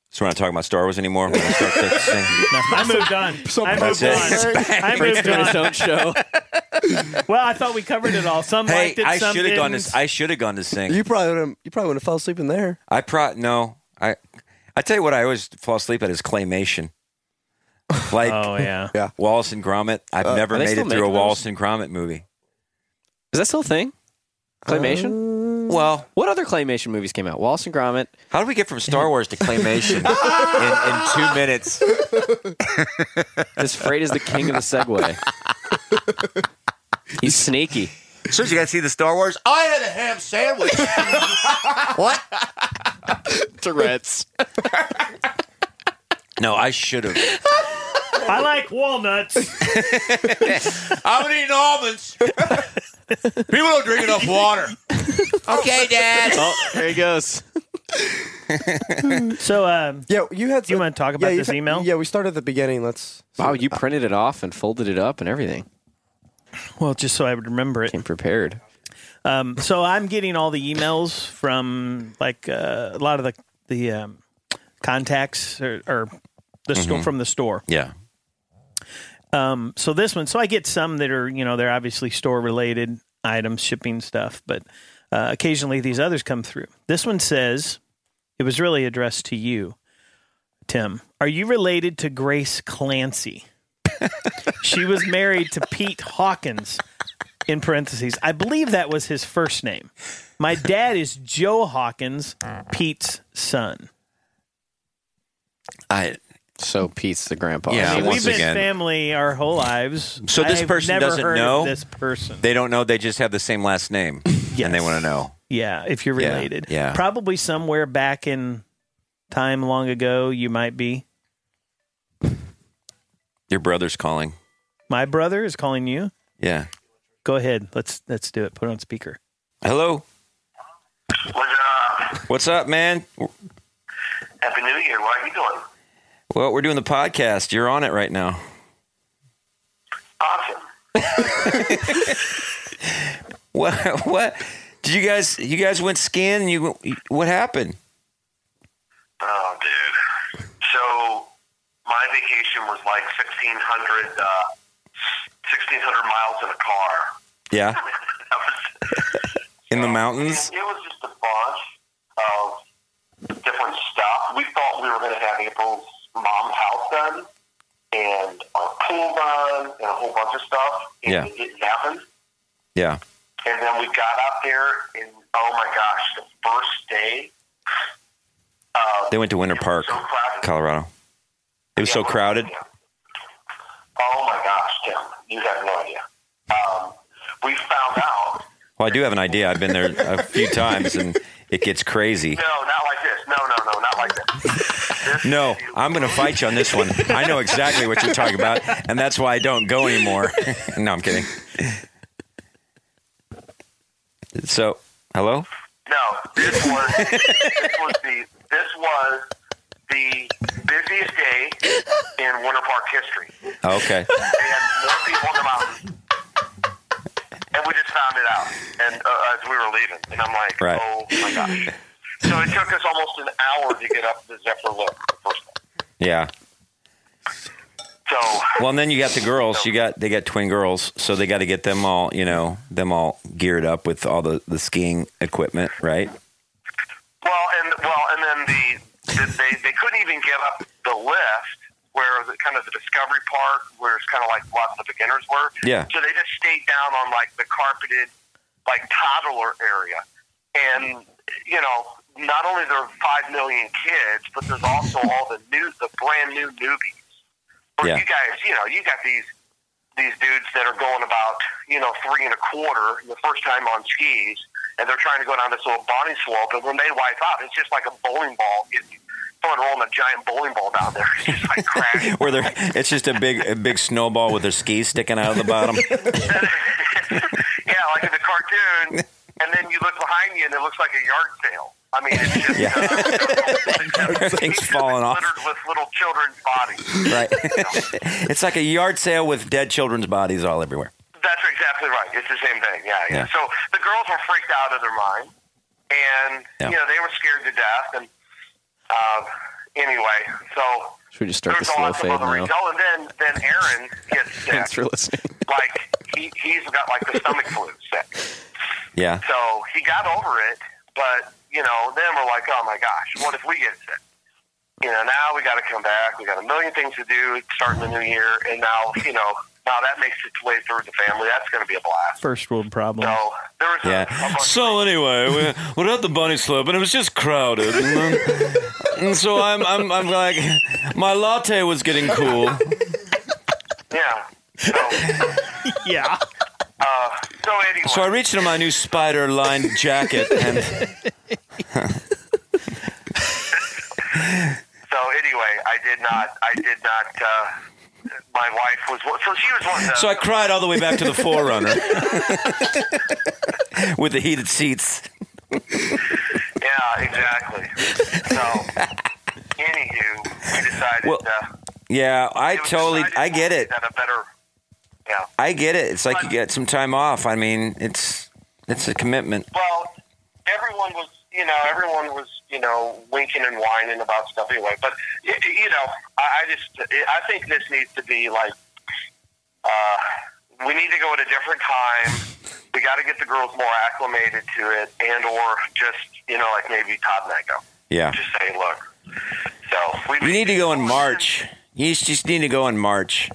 So we're not talking about Star Wars anymore. We're gonna start this thing. I moved on. I moved That's on. I moved Doing his on. own show. Well, I thought we covered it all. Some Hey, liked it. I some should have gone didn't. to. I should have gone to sing. You probably would have you probably would have fell asleep in there. I pro no. I I tell you what I always fall asleep at is claymation. Like Oh yeah. Wallace and Gromit. I've never are they made still it through a making Wallace and Gromit movie. Is that still a thing? Um, Claymation? Well, what other claymation movies came out? Wallace and Gromit. how did we get from Star Wars to claymation in, in two minutes? This Freight is the king of the segue. He's sneaky. So you guys see the Star Wars? I had a ham sandwich. what? Tourette's. No, I should have. I like walnuts. I'm eating almonds. People don't drink enough water. Okay, Dad. Oh, there he goes. so um, Yeah, you had. You wanna talk about you this had- email? Yeah, we started at the beginning. Let's. Wow, you printed it off and folded it up and everything. well, just so I would remember it. Came prepared. Um, so I'm getting all the emails from like uh, a lot of the the um, contacts or, or the Mm-hmm. store from the store. Yeah. Um, so this one, so I get some that are you know they're obviously store related. items, shipping stuff, but uh, occasionally these others come through. This one says it was really addressed to you, Tim. Are you related to Grace Clancy? she was married to Pete Hawkins. In parentheses, I believe that was his first name. My dad is Joe Hawkins, Pete's son. I So Pete's the grandpa. Yeah, I mean, once We've been again. family our whole lives. So this I've person never doesn't heard of know? this person. they don't know. They just have the same last name, and they want to know. Yeah, if you're Yeah, related. yeah. Probably somewhere back in time long ago you might be. Your brother's calling. My brother is calling you. Yeah. Go ahead. Let's let's do it. Put it on speaker. Hello. What's up? What's up, man? uh, Happy New Year. What are you doing? Well, we're doing the podcast. You're on it right now. Awesome. What? What? Did you guys? You guys went skiing. and You. What happened? Oh, dude. So my vacation was like 1,600, uh, 1,600 miles in a car. Yeah. That was, In the mountains. It was just a bunch of different stuff. We thought we were going to have April's mom's house done and our pool done and a whole bunch of stuff. And Yeah. It didn't happen. Yeah. And then we got out there, and oh my gosh, the first day. Uh, They went to Winter it was Park, so crowded. Colorado. It was so crowded. Oh my gosh, Tim, you have no idea. Um, we found out. Well, I do have an idea. I've been there a few times, and it gets crazy. No, not like this. No, no, no, not like this. this No, I'm going to fight you on this one. I know exactly what you're talking about, and that's why I don't go anymore. no, I'm kidding. So, hello? No, this was this was the this was the busiest day in Winter Park history. Okay. They had more people in the mountain, and we just found it out. And uh, as we were leaving, and I'm like, Right. oh my gosh! So it took us almost an hour to get up to Zephyr Look. the first time. Yeah. So Well, and then you got the girls. You got they got twin girls, so they got to get them all, you know, them all geared up with all the the skiing equipment, right? Well, and well, and then the, the they they couldn't even give up the lift where the kind of the discovery part where it's kind of like lots of the beginners were. Yeah. So they just stayed down on like the carpeted like toddler area, and you know not only there are five million kids, but there's also all the new the brand new newbies. Where Yeah. you guys, you know, you got these these dudes that are going about, you know, three and a quarter the first time on skis, and they're trying to go down this little body slope, and when they wipe out, it's just like a bowling ball. It's someone rolling a giant bowling ball down there. It's just like crash. Where they're it's just a big a big snowball with their skis sticking out of the bottom. yeah, like in the cartoon. And then you look behind you, and it looks like a yard sale. I mean, it's just Yeah. uh, Everything's it's just falling off. littered with little children's bodies. Right. it's like a yard sale with dead children's bodies all everywhere. That's exactly right. It's the same thing. Yeah, yeah. Yeah. So the girls were freaked out of their mind, and Yeah. you know they were scared to death. And uh, anyway, so should we just start the there's slow lots of fade other now? reasons. Oh, and then then Aaron gets Thanks sick. for listening. like he he's got like the stomach flu sick. Yeah. So he got over it, but you know, then we're like, oh my gosh, what if we get sick? You know, now we got to come back. We got a million things to do starting the new year, and now you know, now that makes its way through the family. That's going to be a blast. First world problem. So there was a- a, Yeah. bunch So anyway, we- we're at the bunny slope, and it was just crowded. And, then- and so I'm, I'm, I'm like, my latte was getting cool. yeah. So Yeah. so anyway, So I reached into my new spider-lined jacket, and so anyway, I did not, I did not. Uh, my wife was one- so she was one of the. so I cried all the way back to the Forerunner with the heated seats. yeah, exactly. So anywho, we decided. Well, uh, Yeah, I it was totally decided I get it. That a better. Yeah. I get it. It's like you get some time off. I mean, it's it's a commitment. Well, everyone was, you know, everyone was, you know, winking and whining about stuff anyway. But y- y- you know, I, I just, I think this needs to be like, uh, we need to go at a different time we got to get the girls more acclimated to it, and or just you know like maybe Todd and I go. Yeah. Just say, look. So we You need to go in March. You just need to go in March.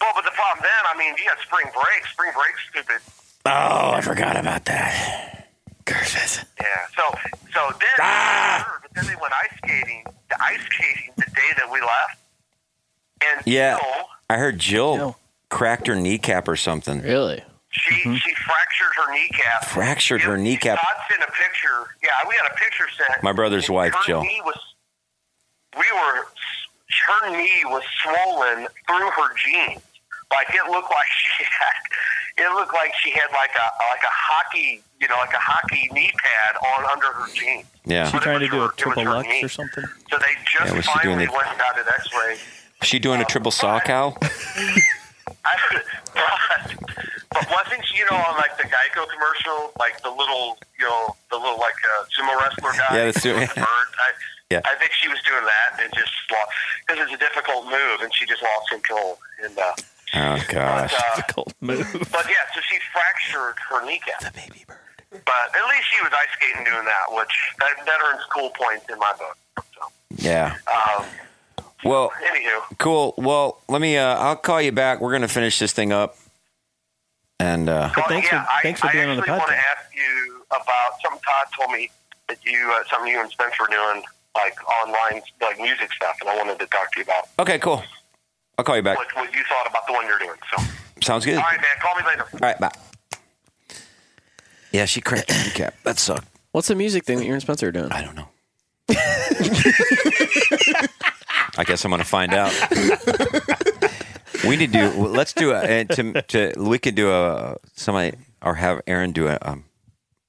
Well, but the problem then, I mean, you got spring break. Spring break's stupid. Oh, I forgot about that. Yeah. So so then, Ah! but then they went ice skating. The ice skating the day that we left, and Yeah. still I heard Jill cracked her kneecap or something. Really? she she fractured her kneecap. Mm-hmm. Fractured her Yeah, kneecap. Todd sent a picture. Yeah, we had a picture sent. My brother's wife, her Jill. Knee was, we were. Her knee was swollen through her jeans. Like it looked like she had. It looked like she had like a like a hockey, you know, like a hockey knee pad on under her jeans. Yeah. She trying to do a It was her triple lux knee. or something. So they just Yeah, was she doing finally the- went and got an X-ray. She doing a triple saw cow? I, but, but wasn't she, you know on like the Geico commercial, like the little you know the little like uh, sumo wrestler guy? Yeah, that's true. with the bird? I, Yeah. I think she was doing that and just lost because it's a difficult move, and she just lost control. And uh, Oh but, gosh. uh, Difficult move. but yeah, so she fractured her kneecap. The baby bird. But at least she was ice skating doing that, which that, that earns cool points in my book. So, Yeah. um, Well, anywho, cool. Well, let me. Uh, I'll call you back. We're gonna finish this thing up. And uh, But thanks for- thanks for Oh, I, being I on the actually want to podcast. ask you about something Todd told me that you, uh, something you and Spencer were doing, like online, like music stuff, and I wanted to talk to you about okay, cool. I'll call you back. what, what you thought about the one you're doing. So, all Sounds good. All right, man, call me later. right, bye. Yeah, she cracked her kneecap. That sucked. What's the music thing that you and Spencer are doing? I don't know. I guess I'm going to find out. we need to do. Let's do a and to to we could do a somebody or have Aaron do a um,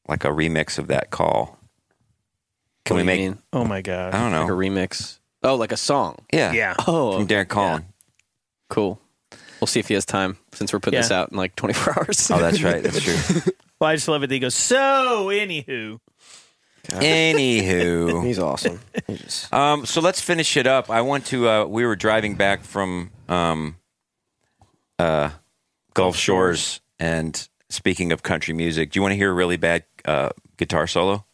like a remix of that call. Can What we do you make? mean? Oh my I god. don't like a know. remix? Oh, like a song. Yeah, Yeah. Oh, From Darren Collin. cool. We'll see if he has time since we're putting Yeah. this out in like 24 hours. Oh, that's right. That's true. Well, I just love it. That he goes. So, anywho, Anywho, He's awesome. He just- Um, so let's finish it up. I want to. Uh, we were driving back from um, uh, Gulf Shores, and speaking of country music, do you want to hear a really bad uh, guitar solo?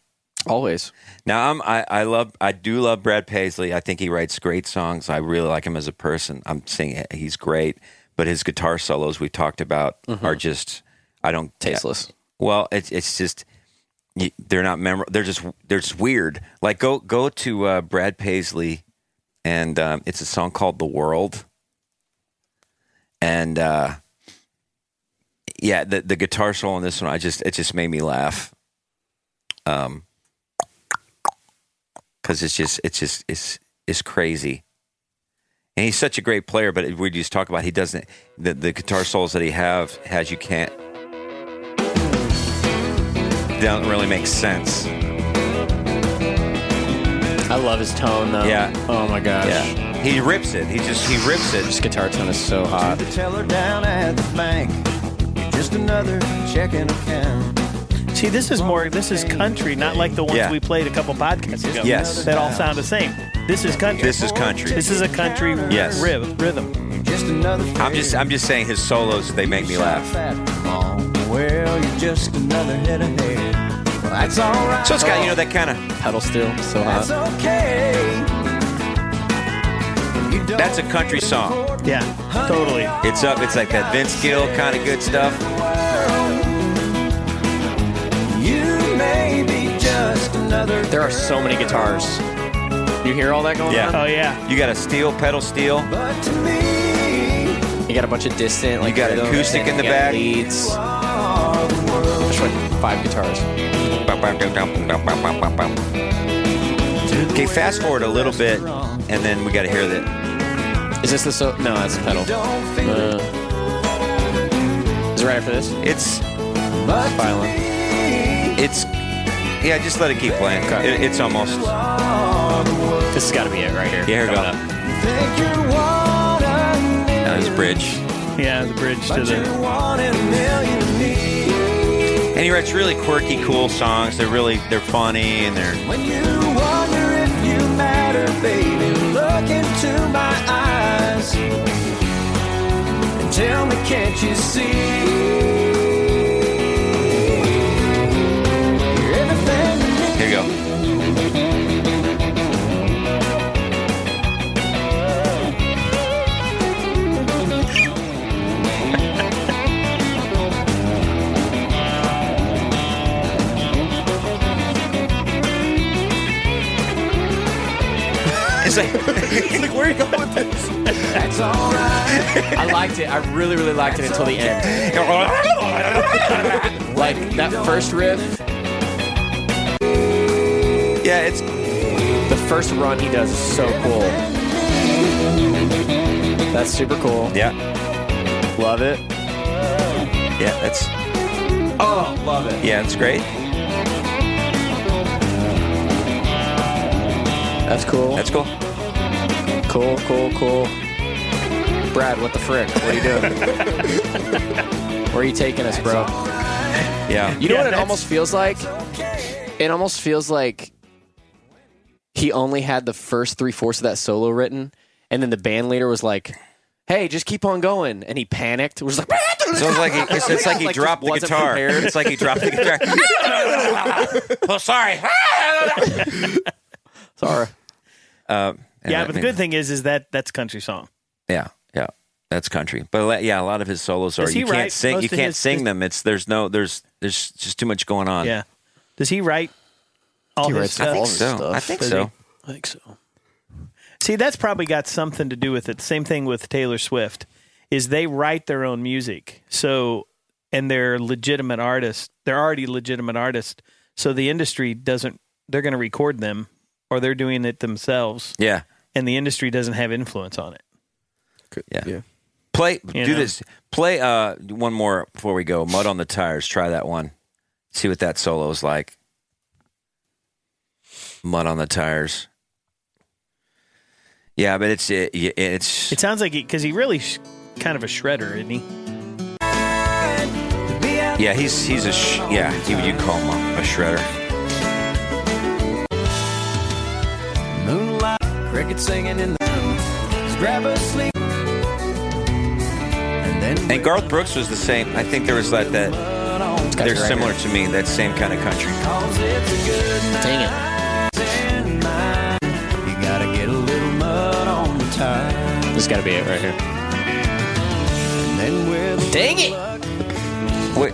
Always. Now, I'm, I I love I do love Brad Paisley. I think he writes great songs. I really like him as a person. I'm saying he's great, but his guitar solos we talked about are just I don't Tasteless. well, it's it's just you- they're not memorable. They're just they're just weird. Like go go to uh, Brad Paisley, and um, it's a song called "The World," and uh, yeah, the the guitar solo on this one, I just it just made me laugh. Um, because it's just it's just it's it's crazy. And he's such a great player, but we just talk about he doesn't the, the guitar solos that he have has you can't don't really make sense. I love his tone though. Yeah. Oh my gosh. Yeah. He rips it. He just he rips This it. guitar tone is so hot. see, this is more. This is country, not like the ones Yeah. we played a couple podcasts ago. Yes. that all sound the same. This is country. This is country. This is a country Yes. rhythm. Rhythm. I'm just I'm just saying his solos they make me laugh. So it's got you know that kind of Pedal steel, so hot. that's a country song. Yeah, totally. It's up. It's like that Vince Gill kind of good stuff. There are so many guitars. You hear all that going Yeah. Oh yeah. You got a steel pedal steel. on? You got a bunch of distant, like got rhythms, acoustic and in the you got back. Leads. There's like five guitars. Okay, fast forward a little bit, and then we got to hear that. Is this the so? No, that's the pedal. Uh, is it right after this? It's Violin. it's yeah. Just let it keep playing. It, it's almost yeah. This has got to be it right here. Here we go. Coming up. Now this bridge. Yeah, the bridge to the. And he writes really quirky, cool songs. They're really they're funny and they're Here you go. It's like, I liked it. I really, really liked it until the end. Like that first riff, yeah, it's the first run he does is so cool. That's super cool. yeah, Love it. yeah. That's Oh, love it. yeah, it's great. That's cool. That's cool. cool, cool, cool. Brad, what the frick? What are you doing? Where are you taking us, bro? Yeah, You know Yeah, what it that's- almost feels like? It almost feels like he only had the first three fourths of that solo written, and then the band leader was like, "Hey, just keep on going," and he panicked. Was like, So it's like he, it's, it's like he Like, dropped the wasn't guitar. prepared. It's like he dropped the guitar. oh, sorry. "Sorry." Uh, yeah, but the good thing is, is that that's country song. Yeah, yeah, that's country. But like, yeah, a lot of his solos are Does he you can't write sing. most You of can't his- sing his- them. It's there's no there's there's just too much going on. Yeah. Does he write all He his writes stuff? I all think his so. stuff. I think Does so. I think so. See, that's probably got something to do with it. Same thing with Taylor Swift, is they write their own music. So, and they're legitimate artists. They're already legitimate artists. So the industry doesn't. They're going to record them, or they're doing it themselves, Yeah, and the industry doesn't have influence on it. yeah. Yeah. Play You do know. this. Play uh one more before we go. Mud on the tires. Try that one. See what that solo is like. Mud on the tires. Yeah, but it's it, it's It sounds like because he, really sh- kind of a shredder, isn't he? yeah he's he's a sh- yeah you you call him a, a shredder. Moonlight, cricket singing in the grab a sleep. And then And Garth Brooks was the same. I think there was like that. They're similar to me. That same kind of country. Dang it! you gotta get a little mud on the tire. This got to be it right here. And then we're the Dang it! Wait,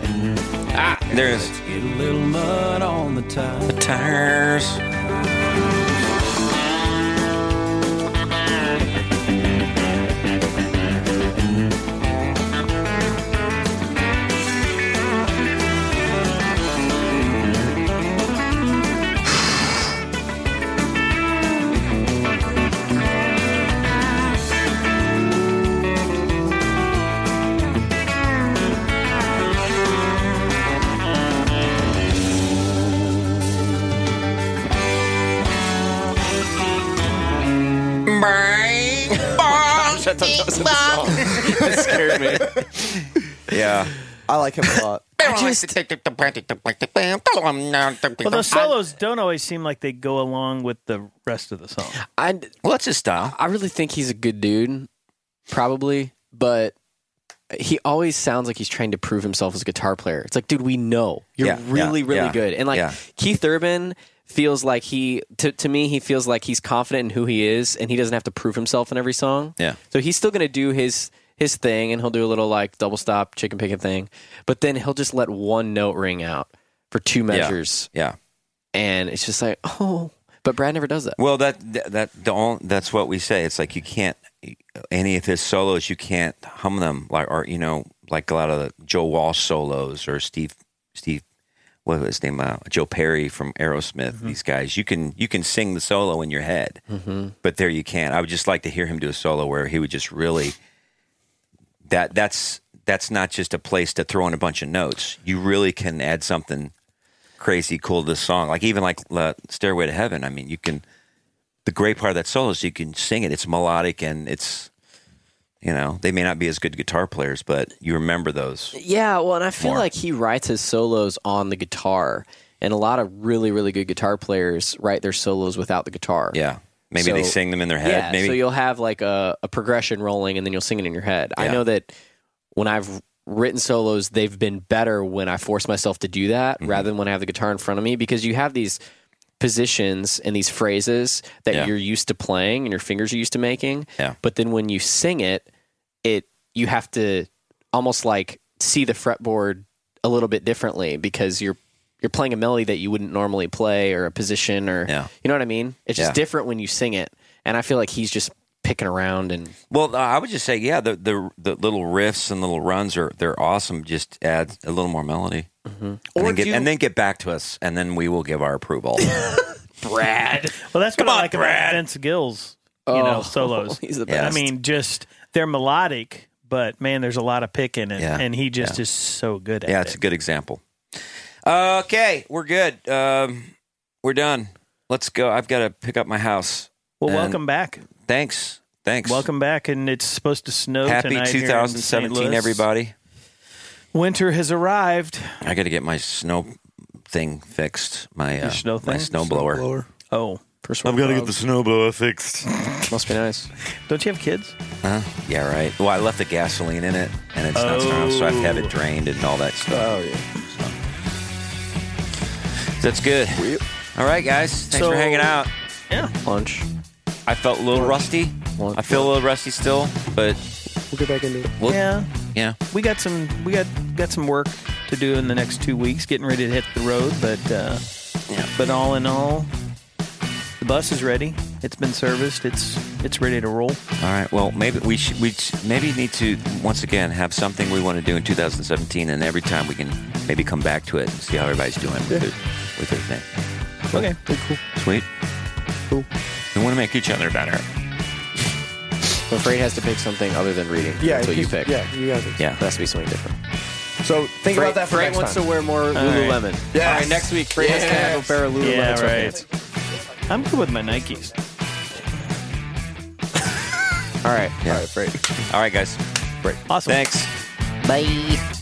Ah, there's get a little mud on the tire. the tires. It scared me. Yeah, I like him a lot. Well, those solos don't always seem like they go along with the rest of the song. I well, that's his style. I really think he's a good dude, probably, but he always sounds like he's trying to prove himself as a guitar player. It's like, dude, we know you're Yeah, really, yeah, really yeah, good. And like yeah. Keith Urban feels like he to, to me he feels like he's confident in who he is and he doesn't have to prove himself in every song. Yeah. So he's still gonna do his his thing and he'll do a little like double stop chicken picket thing, but then he'll just let one note ring out for two measures, Yeah. and it's just like, oh. But Brad never does that. Well, that that, that the only, that's what we say. It's like you can't any of his solos. You can't hum them like or you know like a lot of the Joe Walsh solos or Steve Steve what was his name uh, Joe Perry from Aerosmith. These guys you can you can sing the solo in your head, but there you can't. I would just like to hear him do a solo where he would just really that that's that's not just a place to throw in a bunch of notes. You really can add something crazy cool to this song. Like even like uh, Stairway to Heaven. I mean, you can. The great part of that solo is you can sing it. It's melodic and it's, you know, they may not be as good guitar players, but you remember those. Yeah, well, and I feel More. like he writes his solos on the guitar, and a lot of really, really good guitar players write their solos without the guitar. Yeah, maybe they So- sing them in their head. yeah. maybe So you'll have like a, a progression rolling, and then you'll sing it in your head. I Yeah. know that when I've written solos, Mm-hmm. they've been better when I force myself to do that rather than when I have the guitar in front of me because you have these positions and these phrases that Yeah. you're used to playing and your fingers are used to making. Yeah. But then when you sing it, it you have to almost like see the fretboard a little bit differently because you're you're playing a melody that you wouldn't normally play or a position or Yeah. you know what I mean? It's just Yeah. different when you sing it. And I feel like he's just picking around and Well, uh, I would just say, yeah, the, the the little riffs and little runs are they're awesome. Just add a little more melody, Mm-hmm. and, then get, and then get back to us, and then we will give our approval. Well, that's what I like about Vince Gill's, you Oh, know, solos. He's the Yeah. I mean, just they're melodic, but man, there's a lot of pick in it, Yeah. and he just is so good at yeah, it. it's a good example. Okay, we're good. Um, we're done. Let's go. I've got to pick up my house. well, and- welcome back, Thanks. Thanks. welcome back, and it's supposed to snow. Happy tonight here in 2017, St. Louis. everybody. Winter has arrived. I got to get my snow thing fixed. My uh, Your snow my thing? snow blower. Oh, first one. I've got to get the snowblower fixed. Must be nice. Um, don't you have kids? Huh? Yeah, right. Well, I left the gasoline in it, and it's not strong, so I've Oh. had it drained and all that stuff. Oh yeah. That's good. All right, guys. Thanks So- for hanging out. Lunch. I felt a little rusty. Lunch. I feel a little rusty still, but We'll get back into it. Well- yeah, yeah, we got some we got got some work to do in the next two weeks, getting ready to hit the road. But uh, yeah, but all in all, the bus is ready. It's been serviced. It's it's ready to roll. All right. Well, maybe we should, we sh- maybe need to once again have something we want to do in 2017, and every time we can maybe come back to it and see how everybody's doing with their with their thing. Okay, Sweet. Cool. We want to make each other better. I'm afraid it has to pick something other than reading. That's what you just- pick. Yeah, you guys. Yeah. It has to be something different. So think about that for Freight next wants time. to wear more Lululemon. Yes. All right, next week, Freight has to have a pair of Lululemon Yeah, sweatpants. I'm good with my Nikes. All right. All right, guys. Awesome. Thanks. Bye.